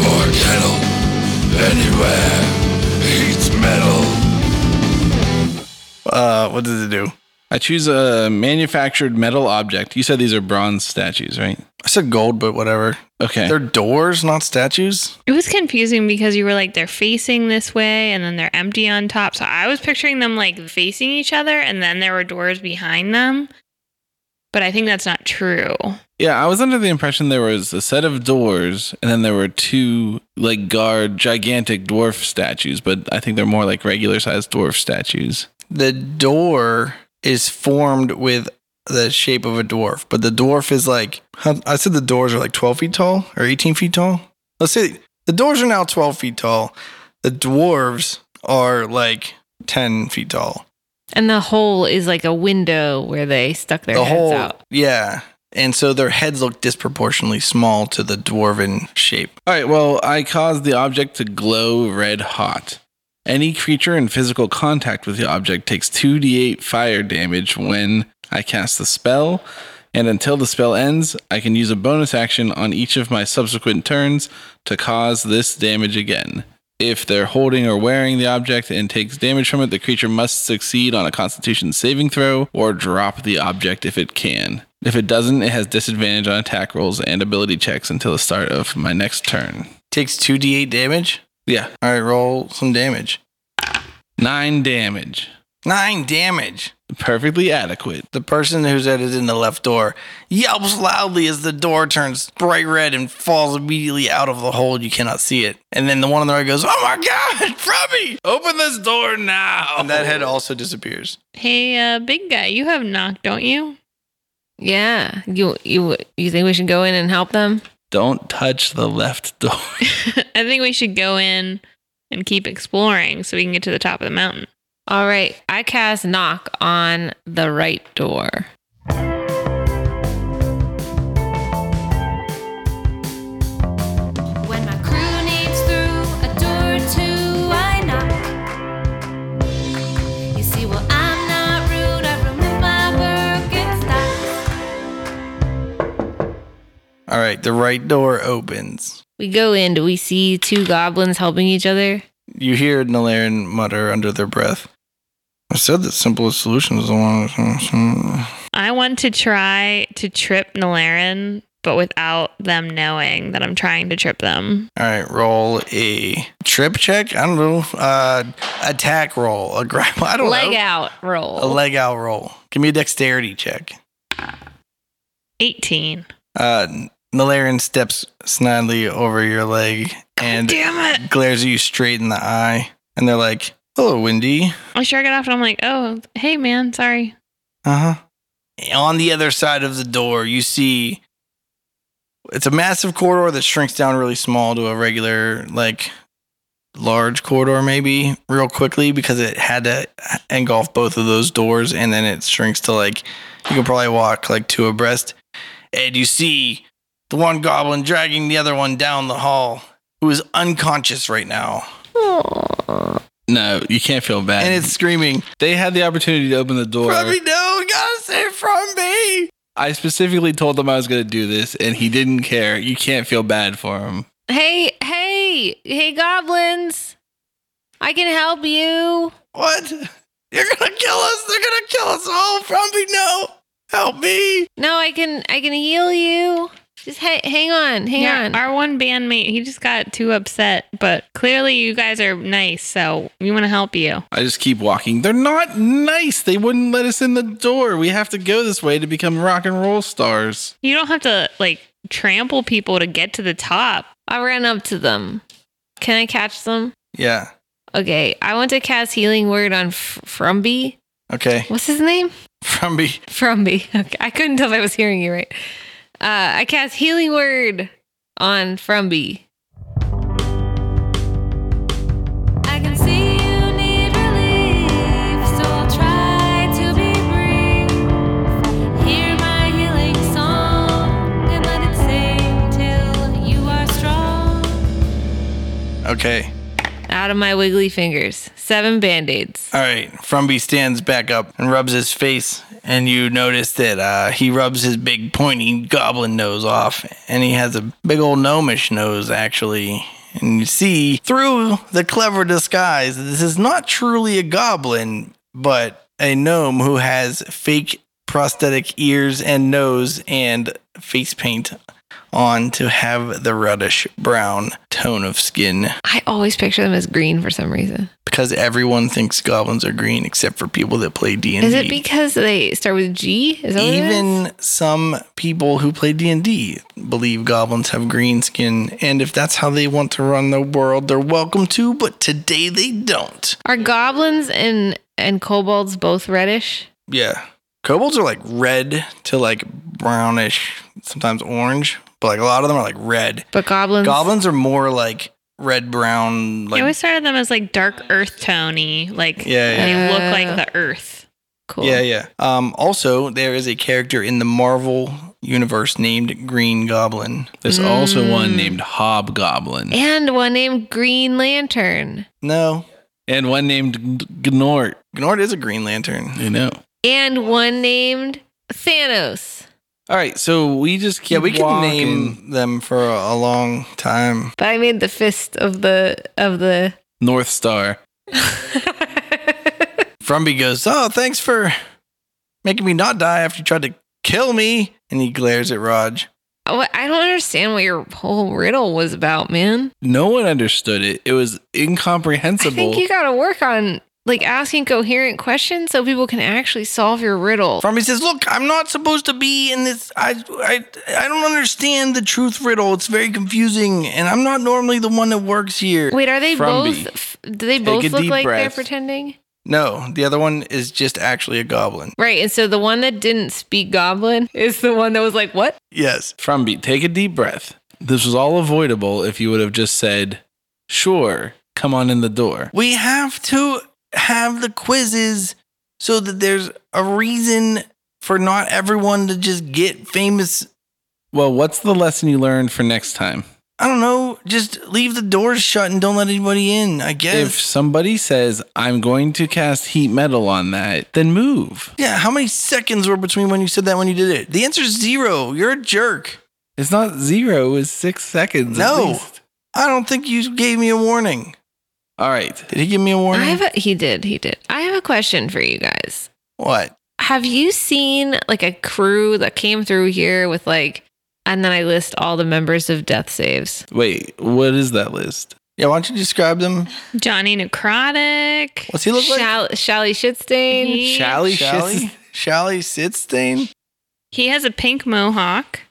or kettle anywhere. Heat metal. Uh, what does it do? I choose a manufactured metal object. You said these are bronze statues, right? I said gold, but whatever. Okay. They're doors, not statues. It was confusing because you were like, they're facing this way and then they're empty on top. So I was picturing them like facing each other and then there were doors behind them. But I think that's not true. yeah, I was under the impression there was a set of doors and then there were two like guard gigantic dwarf statues, but I think they're more like regular sized dwarf statues. The door is formed with the shape of a dwarf, but the dwarf is like huh, I said. The doors are like twelve feet tall or eighteen feet tall. Let's say the doors are now twelve feet tall. The dwarves are like ten feet tall. And the hole is like a window where they stuck their the heads whole out. yeah, and so their heads look disproportionately small to the dwarven shape. All right, well, I caused the object to glow red hot. Any creature in physical contact with the object takes 2d8 fire damage when I cast the spell, and until the spell ends, I can use a bonus action on each of my subsequent turns to cause this damage again. If they're holding or wearing the object and takes damage from it, the creature must succeed on a constitution saving throw or drop the object if it can. If it doesn't, it has disadvantage on attack rolls and ability checks until the start of my next turn. Takes 2d8 damage. Yeah. All right, roll some damage. Nine damage. Nine damage. Perfectly adequate. The person who's headed in the left door yelps loudly as the door turns bright red and falls immediately out of the hole. You cannot see it. And then the one on the right goes, Oh my God, Froby! Open this door now. And that head also disappears. Hey, uh, big guy, you have knock, don't you? Yeah. You you you think we should go in and help them? Don't touch the left door. I think we should go in and keep exploring so we can get to the top of the mountain. All right. I cast knock on the right door. When my crew needs through a door or two, I knock. You see, well, I'm not rude. I remove my work and stop. All right, the right door opens. We go in. Do we see two goblins helping each other? You hear Nalaran mutter under their breath. I said the simplest solution is the one. I want to try to trip Nalaran, but without them knowing that I'm trying to trip them. All right, roll a trip check. I don't know. Uh, attack roll. A grab. I don't Leg know. out roll. A leg out roll. Give me a dexterity check. 18. Uh, Nalarian steps snidely over your leg and Damn it. glares at you straight in the eye. And they're like, "Hello, Windy." I sure got off and I'm like, oh, hey, man, sorry. Uh huh. On the other side of the door, you see it's a massive corridor that shrinks down really small to a regular, like, large corridor, maybe real quickly because it had to engulf both of those doors. And then it shrinks to like, you can probably walk like two abreast. And you see the one goblin dragging the other one down the hall, who is unconscious right now. no, you can't feel bad. And it's screaming, they had the opportunity to open the door. Probably no, gotta save from me. I specifically told him I was going to do this, and he didn't care. You can't feel bad for him. hey, hey, hey, goblins! I can help you. What? You're gonna kill us! They're gonna kill us all! Frumpy, no! Help me! No, I can I can heal you. Just ha- hang on, hang Yeah, on. Our one bandmate, he just got too upset, but clearly you guys are nice, so we want to help you. I just keep walking. They're not nice. They wouldn't let us in the door. We have to go this way to become rock and roll stars. You don't have to, like, trample people to get to the top. I ran up to them. Can I catch them? Yeah. Okay, I want to cast healing word on F- Frumby. Okay. What's his name? Frumpy. Frumby. Okay, I couldn't tell if I was hearing you right. Uh, I cast healing word on Frumby. I can see you need relief, so I'll try to be brief. Hear my healing song and let it sing till you are strong. Okay. Out of my wiggly fingers. Seven band aids. All right. Frumpy stands back up and rubs his face, and you notice that uh, he rubs his big pointy goblin nose off, and he has a big old gnomish nose, actually. And you see through the clever disguise that this is not truly a goblin, but a gnome who has fake prosthetic ears and nose and face paint on to have the reddish brown tone of skin I always picture them as green for some reason. because everyone thinks goblins are green except for people that play D and Is it because they start with G? Is that what it is? even some people who play D and D believe goblins have green skin, and if that's how they want to run the world, they're welcome to. But today they don't. Are goblins and and kobolds both reddish? Yeah, kobolds are like red to like brownish, sometimes orange, but like a lot of them are like red. But goblins. Goblins are more like red brown, I like always started them as, like, dark earth tony. Like, yeah, yeah. they look Uh, like the earth. Cool. Yeah, yeah. Um, also, there is a character in the Marvel universe named Green Goblin. There's also Mm. one named Hobgoblin And one named Green Lantern. No, and one named Gnort. Gnort is a Green Lantern. You know. And one named Thanos. All right, so we just keep Yeah, we can walking. name them for a, a long time. But I made the fist of the of the North Star. Frumby goes, "Oh, thanks for making me not die after you tried to kill me." And he glares at Raj. Oh, I don't understand what your whole riddle was about, man. No one understood it. It was I incomprehensible. think you got to work on like asking coherent questions so people can actually solve your riddle. Farmy says, "Look, I'm not supposed to be in this. I, I, I don't understand the truth riddle. It's very confusing, and I'm not normally the one that works here." Wait, are they Frumby. both? f- Do they Take both a look deep like they're breath. pretending? No, the other one is just actually a goblin. Right, and so the one that didn't speak goblin is the one that was like, "What?" Yes. Frumby, take a deep breath. This was all avoidable if you would have just said, "Sure, come on in the door." We have to have the quizzes so that there's a reason for not everyone to just get famous. Well, what's the lesson you learned for next time? I don't know, just leave the doors shut and don't let anybody in, I guess. If somebody says, "I'm going to cast heat metal on that," then move. yeah, how many seconds were between when you said that and when you did it? The answer is zero. You're a jerk. It's not zero; it's six seconds. at No. least. I don't think you gave me a warning. All right. Did he give me a I warning? have a, he did, he did. I have a question for you guys. what? Have you seen like a crew that came through here with like, and then I list all the members of Death Saves? Wait. What is that list? Yeah, why don't you describe them? Johnny Necrotic. What's he look like? Shall, Shally Shitstain. He, Shally. Shally? Shally Sitstain? he has a pink mohawk.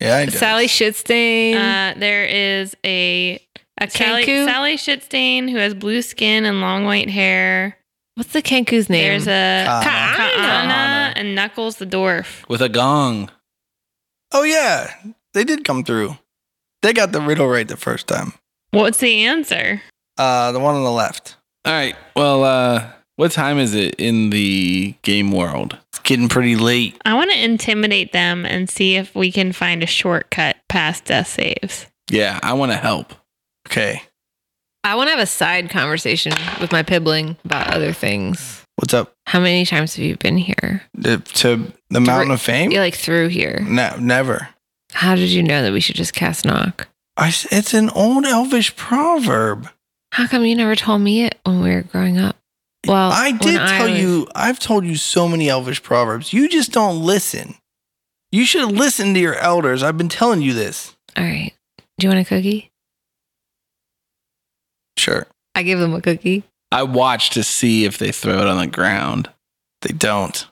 Yeah, I do. Sally Shitstain. Uh, there is a, a Sally, Kenku? Sally Shitstain who has blue skin and long white hair. What's the Kenku's name? There's a Kaana. Kaana Kaana. and Knuckles the dwarf. With a gong. Oh yeah, they did come through. They got the riddle right the first time. What's the answer? Uh, the one on the left. All right. Well, uh, what time is it in the game world? It's getting pretty late. I want to intimidate them and see if we can find a shortcut past death saves. Yeah, I want to help. Okay, I want to have a side conversation with my pibbling about other things. what's up How many times have you been here? the, to the Mountain of Fame? You're like through here. No, never. How did you know that we should just cast knock? I s it's an old Elvish proverb. How come you never told me it when we were growing up? Well, I when did tell was- you. I've told you so many Elvish proverbs. You just don't listen. You should listen to your elders. I've been telling you this. All right. Do you want a cookie? Sure, I give them a cookie. I watch to see if they throw it on the ground. they don't.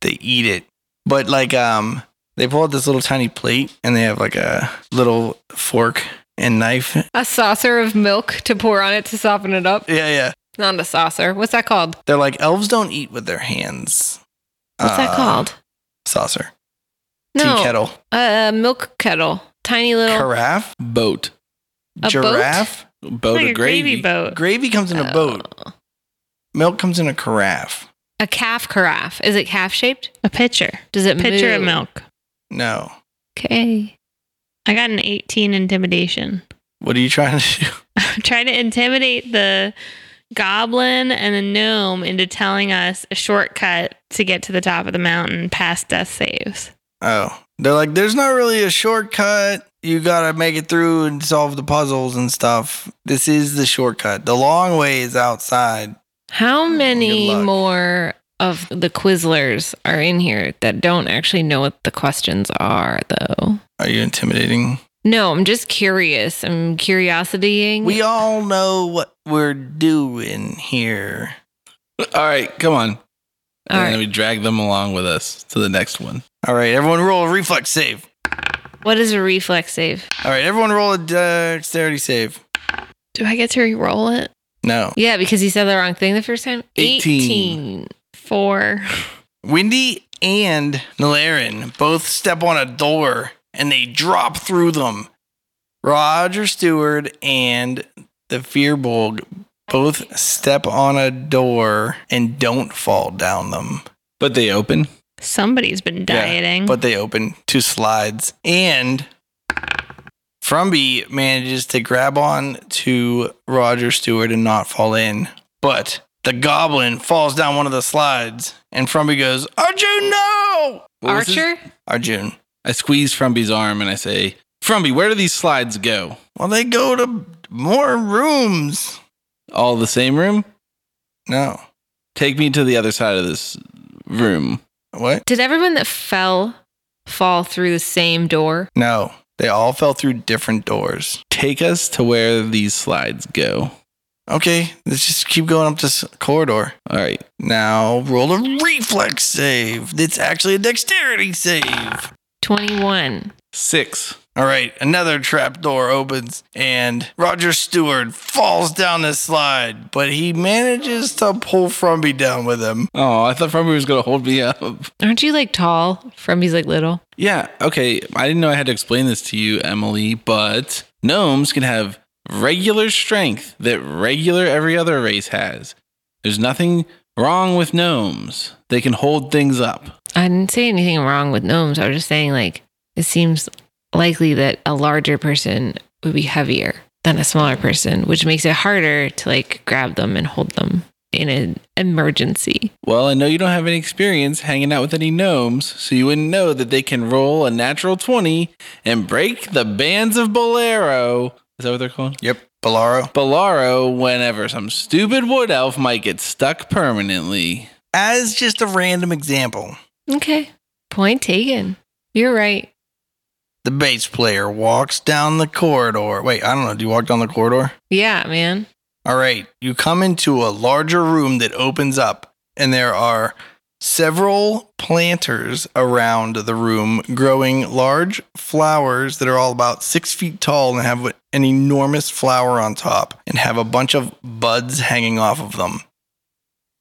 They eat it, but like um, they pull out this little tiny plate and they have like a little fork and knife A saucer of milk to pour on it to soften it up. Yeah, yeah. Not a saucer. What's that called? They're like elves don't eat with their hands. What's that Uh, called? Saucer. No, Tea kettle. a milk kettle. Tiny little. Carafe. Boat. boat? giraffe. Boat like of a gravy. gravy boat. Gravy comes in a boat. Oh. Milk comes in a carafe. A calf carafe. Is it calf shaped? A pitcher. Does it Pitcher of move? milk. No. Okay. I got an 18 intimidation. What are you trying to do? Try to intimidate the goblin and the gnome into telling us a shortcut to get to the top of the mountain past death saves. Oh. They're like, there's not really a shortcut. You gotta make it through and solve the puzzles and stuff. This is the shortcut. The long way is outside. How many luck. more of the Quizzlers are in here that don't actually know what the questions are, though? Are you intimidating? No, I'm just curious. I'm curiositying. We all know what we're doing here. All right, come on. All and right. then we drag them along with us to the next one. All right, everyone roll a reflex save. What is a reflex save? All right, everyone roll a dexterity save. Do I get to re-roll it? No. Yeah, because he said the wrong thing the first time. 18. Four. Windy and Nalarin both step on a door and they drop through them. Roger Stewart and the Fearbolg both step on a door and don't fall down them, But they open. Somebody's been Yeah, dieting. but they open two slides. And Frumby manages to grab on to Roger Stewart and not fall in. But the goblin falls down one of the slides and Frumby goes, Arjun, no! What was his- Archer? Arjun. I squeeze Frumby's arm and I say, Frumby, where do these slides go? Well, they go to more rooms. All the same room? No. Take me to the other side of this room. What? Did everyone that fell fall through the same door? No, they all fell through different doors. Take us to where these slides go. Okay, let's just keep going up this corridor. All right. Now roll a reflex save. It's actually a dexterity save. 21. Six. All right, another trap door opens, and Roger Stewart falls down this slide, but he manages to pull Frumby down with him. Oh, I thought Frumby was going to hold me up. Aren't you like tall? Frumpy's like little. Yeah. Okay. I didn't know I had to explain this to you, Emily, but gnomes can have regular strength that regular every other race has. There's nothing wrong with gnomes. They can hold things up. I didn't say anything wrong with gnomes. I was just saying, like, it seems likely that a larger person would be heavier than a smaller person, which makes it harder to like grab them and hold them in an emergency. Well, I know you don't have any experience hanging out with any gnomes, so you wouldn't know that they can roll a natural 20 and break the bands of Bolero. Is that what they're called? Yep, Bolaro. Bolaro, whenever some stupid wood elf might get stuck permanently. As just a random example, Okay. Point taken. You're right. the bass player walks down the corridor. Wait, I don't know. Do you walk down the corridor? Yeah, man. All right, you come into a larger room that opens up, and there are several planters around the room growing large flowers that are all about six feet tall and have an enormous flower on top and have a bunch of buds hanging off of them.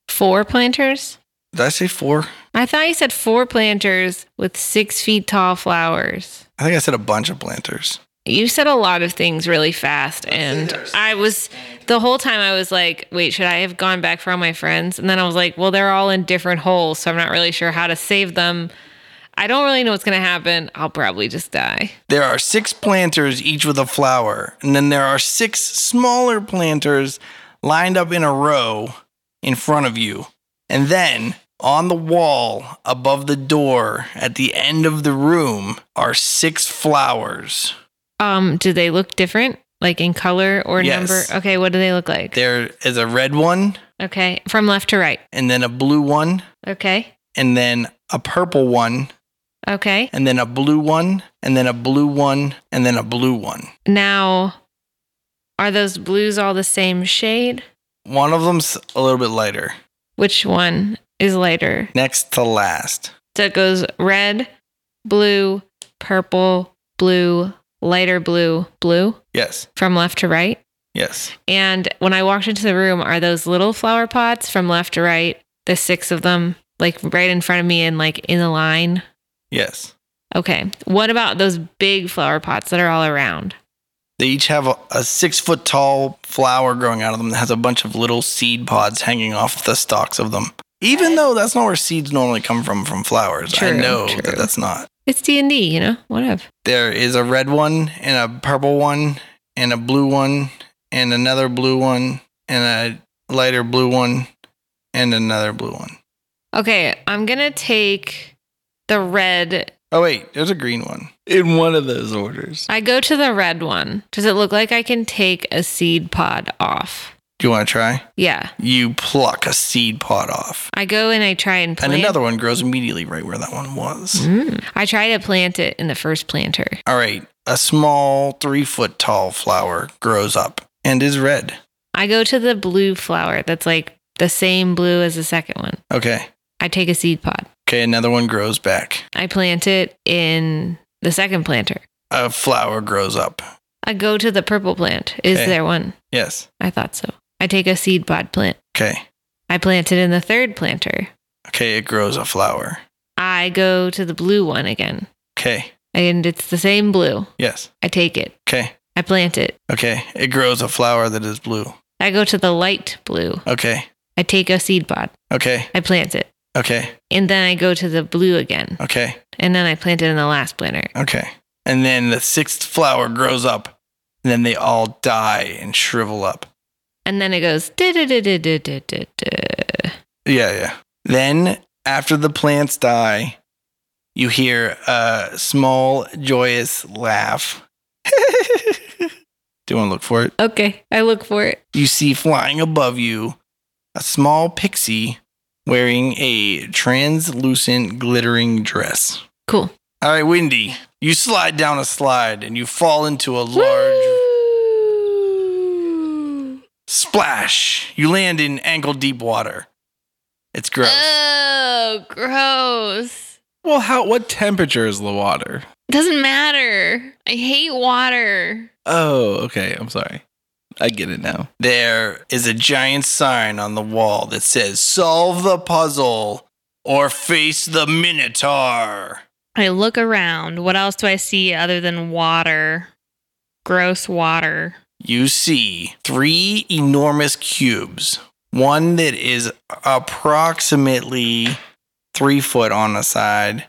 Four planters? Did I say four? I thought you said four planters with six feet tall flowers. I think I said a bunch of planters. You said a lot of things really fast. And I was, the whole time I was like, wait, should I have gone back for all my friends? And then I was like, well, they're all in different holes. So I'm not really sure how to save them. I don't really know what's going to happen. I'll probably just die. There are six planters, each with a flower. And then there are six smaller planters lined up in a row in front of you. And then on the wall above the door at the end of the room are six flowers. Um, do they look different? Like in color or Yes. number? Okay, what do they look like? There is a red one, okay, from left to right. and then a blue one, Okay, and then a purple one, okay. and then a blue one, and then a blue one, and then a blue one. Now, are those blues all the same shade? One of them's a little bit lighter, Which one is lighter? next to last. So it goes red, blue, purple, blue, lighter blue, blue Yes, from left to right. yes. And when I walked into the room, are those little flower pots from left to right, the six of them, like right in front of me and like in a line? Yes. Okay. What about those big flower pots that are all around? They each have a, a six foot tall flower growing out of them that has a bunch of little seed pods hanging off the stalks of them. Even though that's not where seeds normally come from, from flowers. I True, know true. that that's not. It's D and D, you know. What if? There is a red one, and a purple one, and a blue one, and another blue one, and a lighter blue one, and another blue one. Okay, I'm gonna take the red. Oh, wait, there's a green one. In one of those orders. I go to the red one. Does it look like I can take a seed pod off? Do you want to try? Yeah, You pluck a seed pod off, I go and I try and and plant. another one grows immediately right where that one was. Mm. I try to plant it in the first planter. All right. A small three foot tall flower grows up and is red. I go to the blue flower that's like the same blue as the second one. Okay. I take a seed pod. Okay. Another one grows back. I plant it in the second planter. A flower grows up. I go to the purple plant. Is Okay. there one? Yes. I thought so. I take a seed pod plant. Okay. I plant it in the third planter. Okay. It grows a flower. I go to the blue one again, Okay. and it's the same blue. Yes. I take it. Okay. I plant it. Okay. It grows a flower that is blue. I go to the light blue. Okay. I take a seed pod. Okay. I plant it. Okay. And then I go to the blue again. Okay. And then I plant it in the last planter. Okay. And then the sixth flower grows up. And then they all die and shrivel up. And then it goes. "Da, da, da, da, da, da, da, da." Yeah, yeah. Then after the plants die, you hear a small joyous laugh. Do you want to look for it? Okay. I look for it. You see flying above you a small pixie wearing a translucent glittering dress. Cool. All right, Windy, you slide down a slide and you fall into a large splash. You land in ankle deep water. It's gross. Oh, gross. Well, how what temperature is the water? Doesn't matter. I hate water. Oh, okay. I'm sorry. I get it now. there is a giant sign on the wall that says, Solve the puzzle or face the Minotaur. I look around. What else do I see other than water? Gross water. You see three enormous cubes, one that is approximately three foot on a side,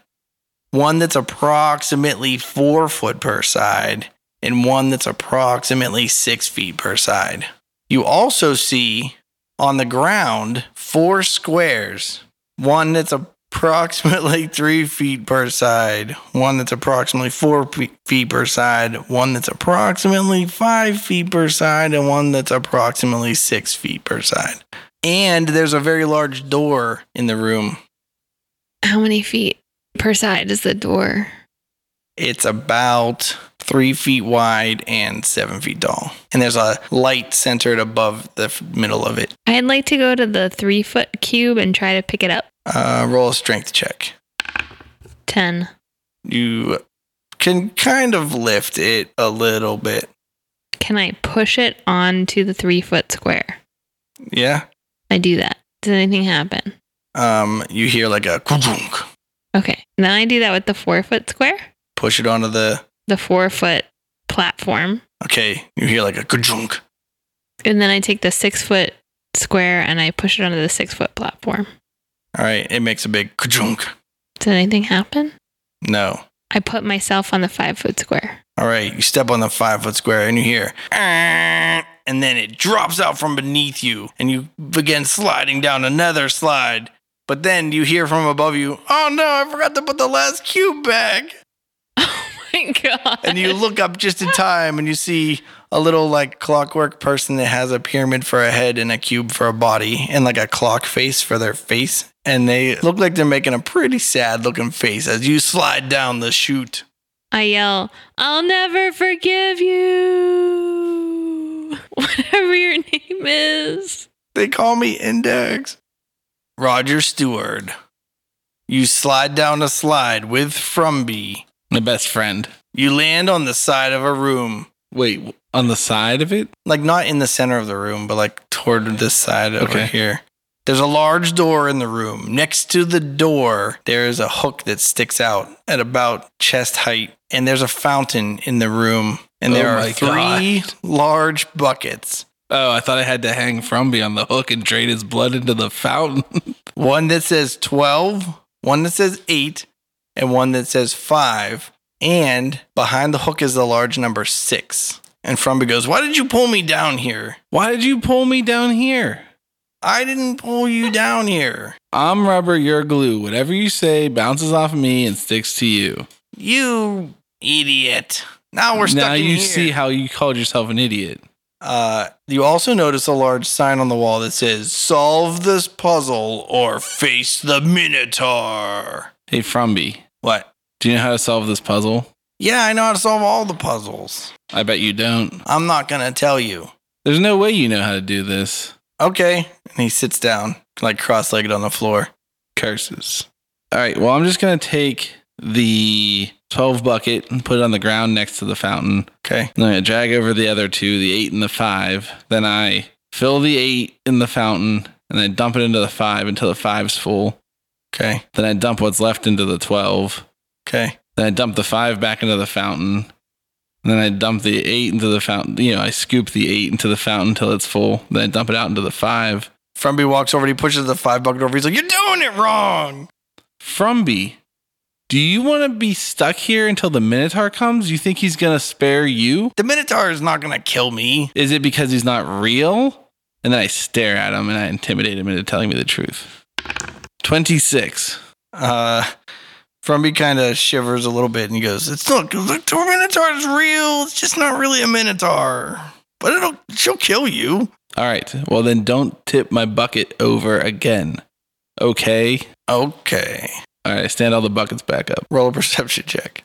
one that's approximately four foot per side, and one that's approximately six feet per side. You also see on the ground four squares, one that's approximately three feet per side, one that's approximately four pe- feet per side, one that's approximately five feet per side, and one that's approximately six feet per side. And there's a very large door in the room. How many feet per side is the door? It's about three feet wide and seven feet tall. And there's a light centered above the f- middle of it. I'd like to go to the three foot cube and try to pick it up. Uh, roll a strength check. 10. You can kind of lift it a little bit. Can I push it onto the three foot square? Yeah. I do that. Does anything happen? Um, you hear like a kudunk. Okay. Then I do that with the four foot square, push it onto the. the four foot platform. Okay, you hear like a kudunk. And then I take the six foot square and I push it onto the six foot platform. All right, it makes a big kudunk. Does anything happen? No. I put myself on the five foot square. All right, you step on the five foot square and you hear, "Ah," and then it drops out from beneath you, and you begin sliding down another slide. But then you hear from above you, oh no, I forgot to put the last cube back. Oh my God. And you look up just in time and you see a little like clockwork person that has a pyramid for a head and a cube for a body and like a clock face for their face. And they look like they're making a pretty sad looking face as you slide down the chute. I yell, I'll never forgive you. Whatever your name is. They call me Index. Roger Stewart. You slide down a slide with Frumby. My best friend. You land on the side of a room. Wait, on the side of it? Like not in the center of the room, but like toward this side over Okay. here. There's a large door in the room. Next to the door, there is a hook that sticks out at about chest height, and there's a fountain in the room. And Oh there are my three large buckets. Oh, I thought I had to hang Frumby on the hook and drain his blood into the fountain. one that says 12, one that says 8, and one that says 5. And behind the hook is the large number 6. And Frumby goes, Why did you pull me down here? Why did you pull me down here? I didn't pull you down here. I'm rubber, you're glue. Whatever you say bounces off of me and sticks to you. You idiot. Now we're stuck now in you here. see how you called yourself an idiot. uh, you also notice a large sign on the wall that says, Solve this puzzle or face the Minotaur. Hey, Frumby, What? do you know how to solve this puzzle? Yeah, I know how to solve all the puzzles. I bet you don't. I'm not going to tell you. There's no way you know how to do this. Okay. And he sits down, like cross legged on the floor. Curses. All right, well, I'm just going to take the 12 bucket and put it on the ground next to the fountain. Okay. Then I drag over the other two, the eight and the five. Then I fill the eight in the fountain and then dump it into the five until the five's full. Okay. Then I dump what's left into the 12. Okay. Then I dump the five back into the fountain. And then I dump the eight into the fountain. You know, I scoop the eight into the fountain till it's full. Then I dump it out into the five. Frumby walks over and he pushes the five bucket over. He's like, You're doing it wrong. Frumby, do you want to be stuck here until the Minotaur comes? You think he's going to spare you? The Minotaur is not going to kill me. Is it because he's not real? And then I stare at him and I intimidate him into telling me the truth. 26. Uh, Frumby kind of shivers a little bit and he goes, It's not, the Tor Minotaur is real. It's just not really a Minotaur. But it'll, she'll kill you. All right. Well, then don't tip my bucket over again. Okay. Okay. All right, I stand all the buckets back up. Roll a perception check.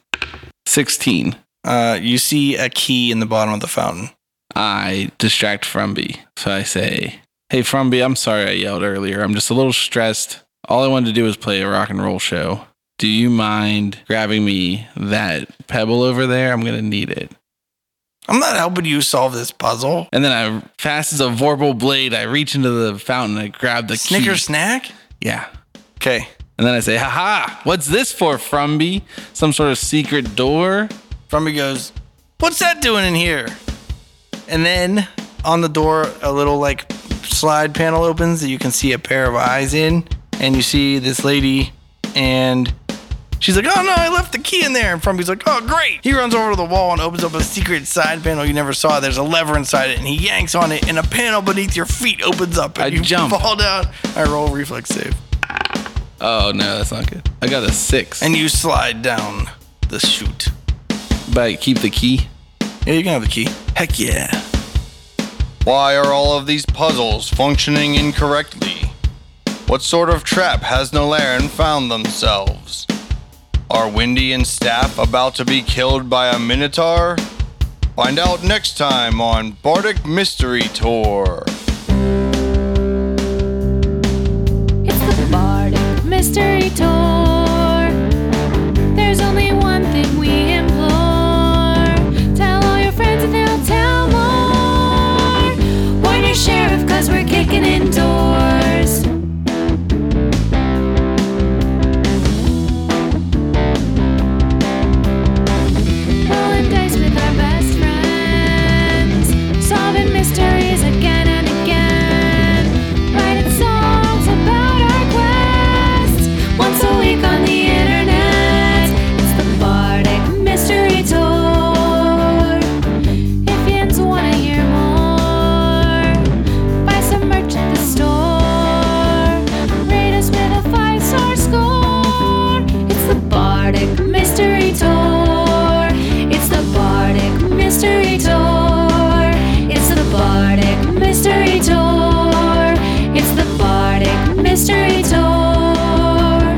16. Uh, you see a key in the bottom of the fountain. I distract Frumby. So I say, Hey, Frumby, I'm sorry I yelled earlier. I'm just a little stressed. All I wanted to do was play a rock and roll show. Do you mind grabbing me that pebble over there? I'm going to need it. I'm not helping you solve this puzzle. And then I, fast as a vorpal blade, I reach into the fountain. I grab the key. Snicker snack? Yeah. Okay. And then I say, haha, what's this for, Frumby? Some sort of secret door? Frumby goes, What's that doing in here? And then on the door, a little like slide panel opens that you can see a pair of eyes in. And you see this lady, and she's like, Oh no, I left the key in there. And Frumby's like, Oh great. He runs over to the wall and opens up a secret side panel you never saw. There's a lever inside it, and he yanks on it, and a panel beneath your feet opens up. And I you jump. fall down. I roll reflex save. Oh, no, that's not good. I got a six. And you slide down the chute. but I keep the key. Yeah, you can have the key. Heck yeah. Why are all of these puzzles functioning incorrectly? What sort of trap has Nolaran found themselves? Are Windy and Staff about to be killed by a Minotaur? Find out next time on Bardic Mystery Tour. It's the Bardic Mystery Tour. There's only one thing we implore. Tell all your friends and they'll tell more. Warn your sheriff, cause we're kicking in doors. Rolling dice with our best friends. Solving mysteries again and again. Writing songs about our quests. Once a week on the internet. It's the Bardic Mystery Tour. If yins wanna hear more, buy some merch at the store. Rate us with a five star score. It's the Bardic Mystery Tour. It's the Bardic Mystery Tour. It's the Bardic Mystery Tour. It's the Bardic Mystery Tour.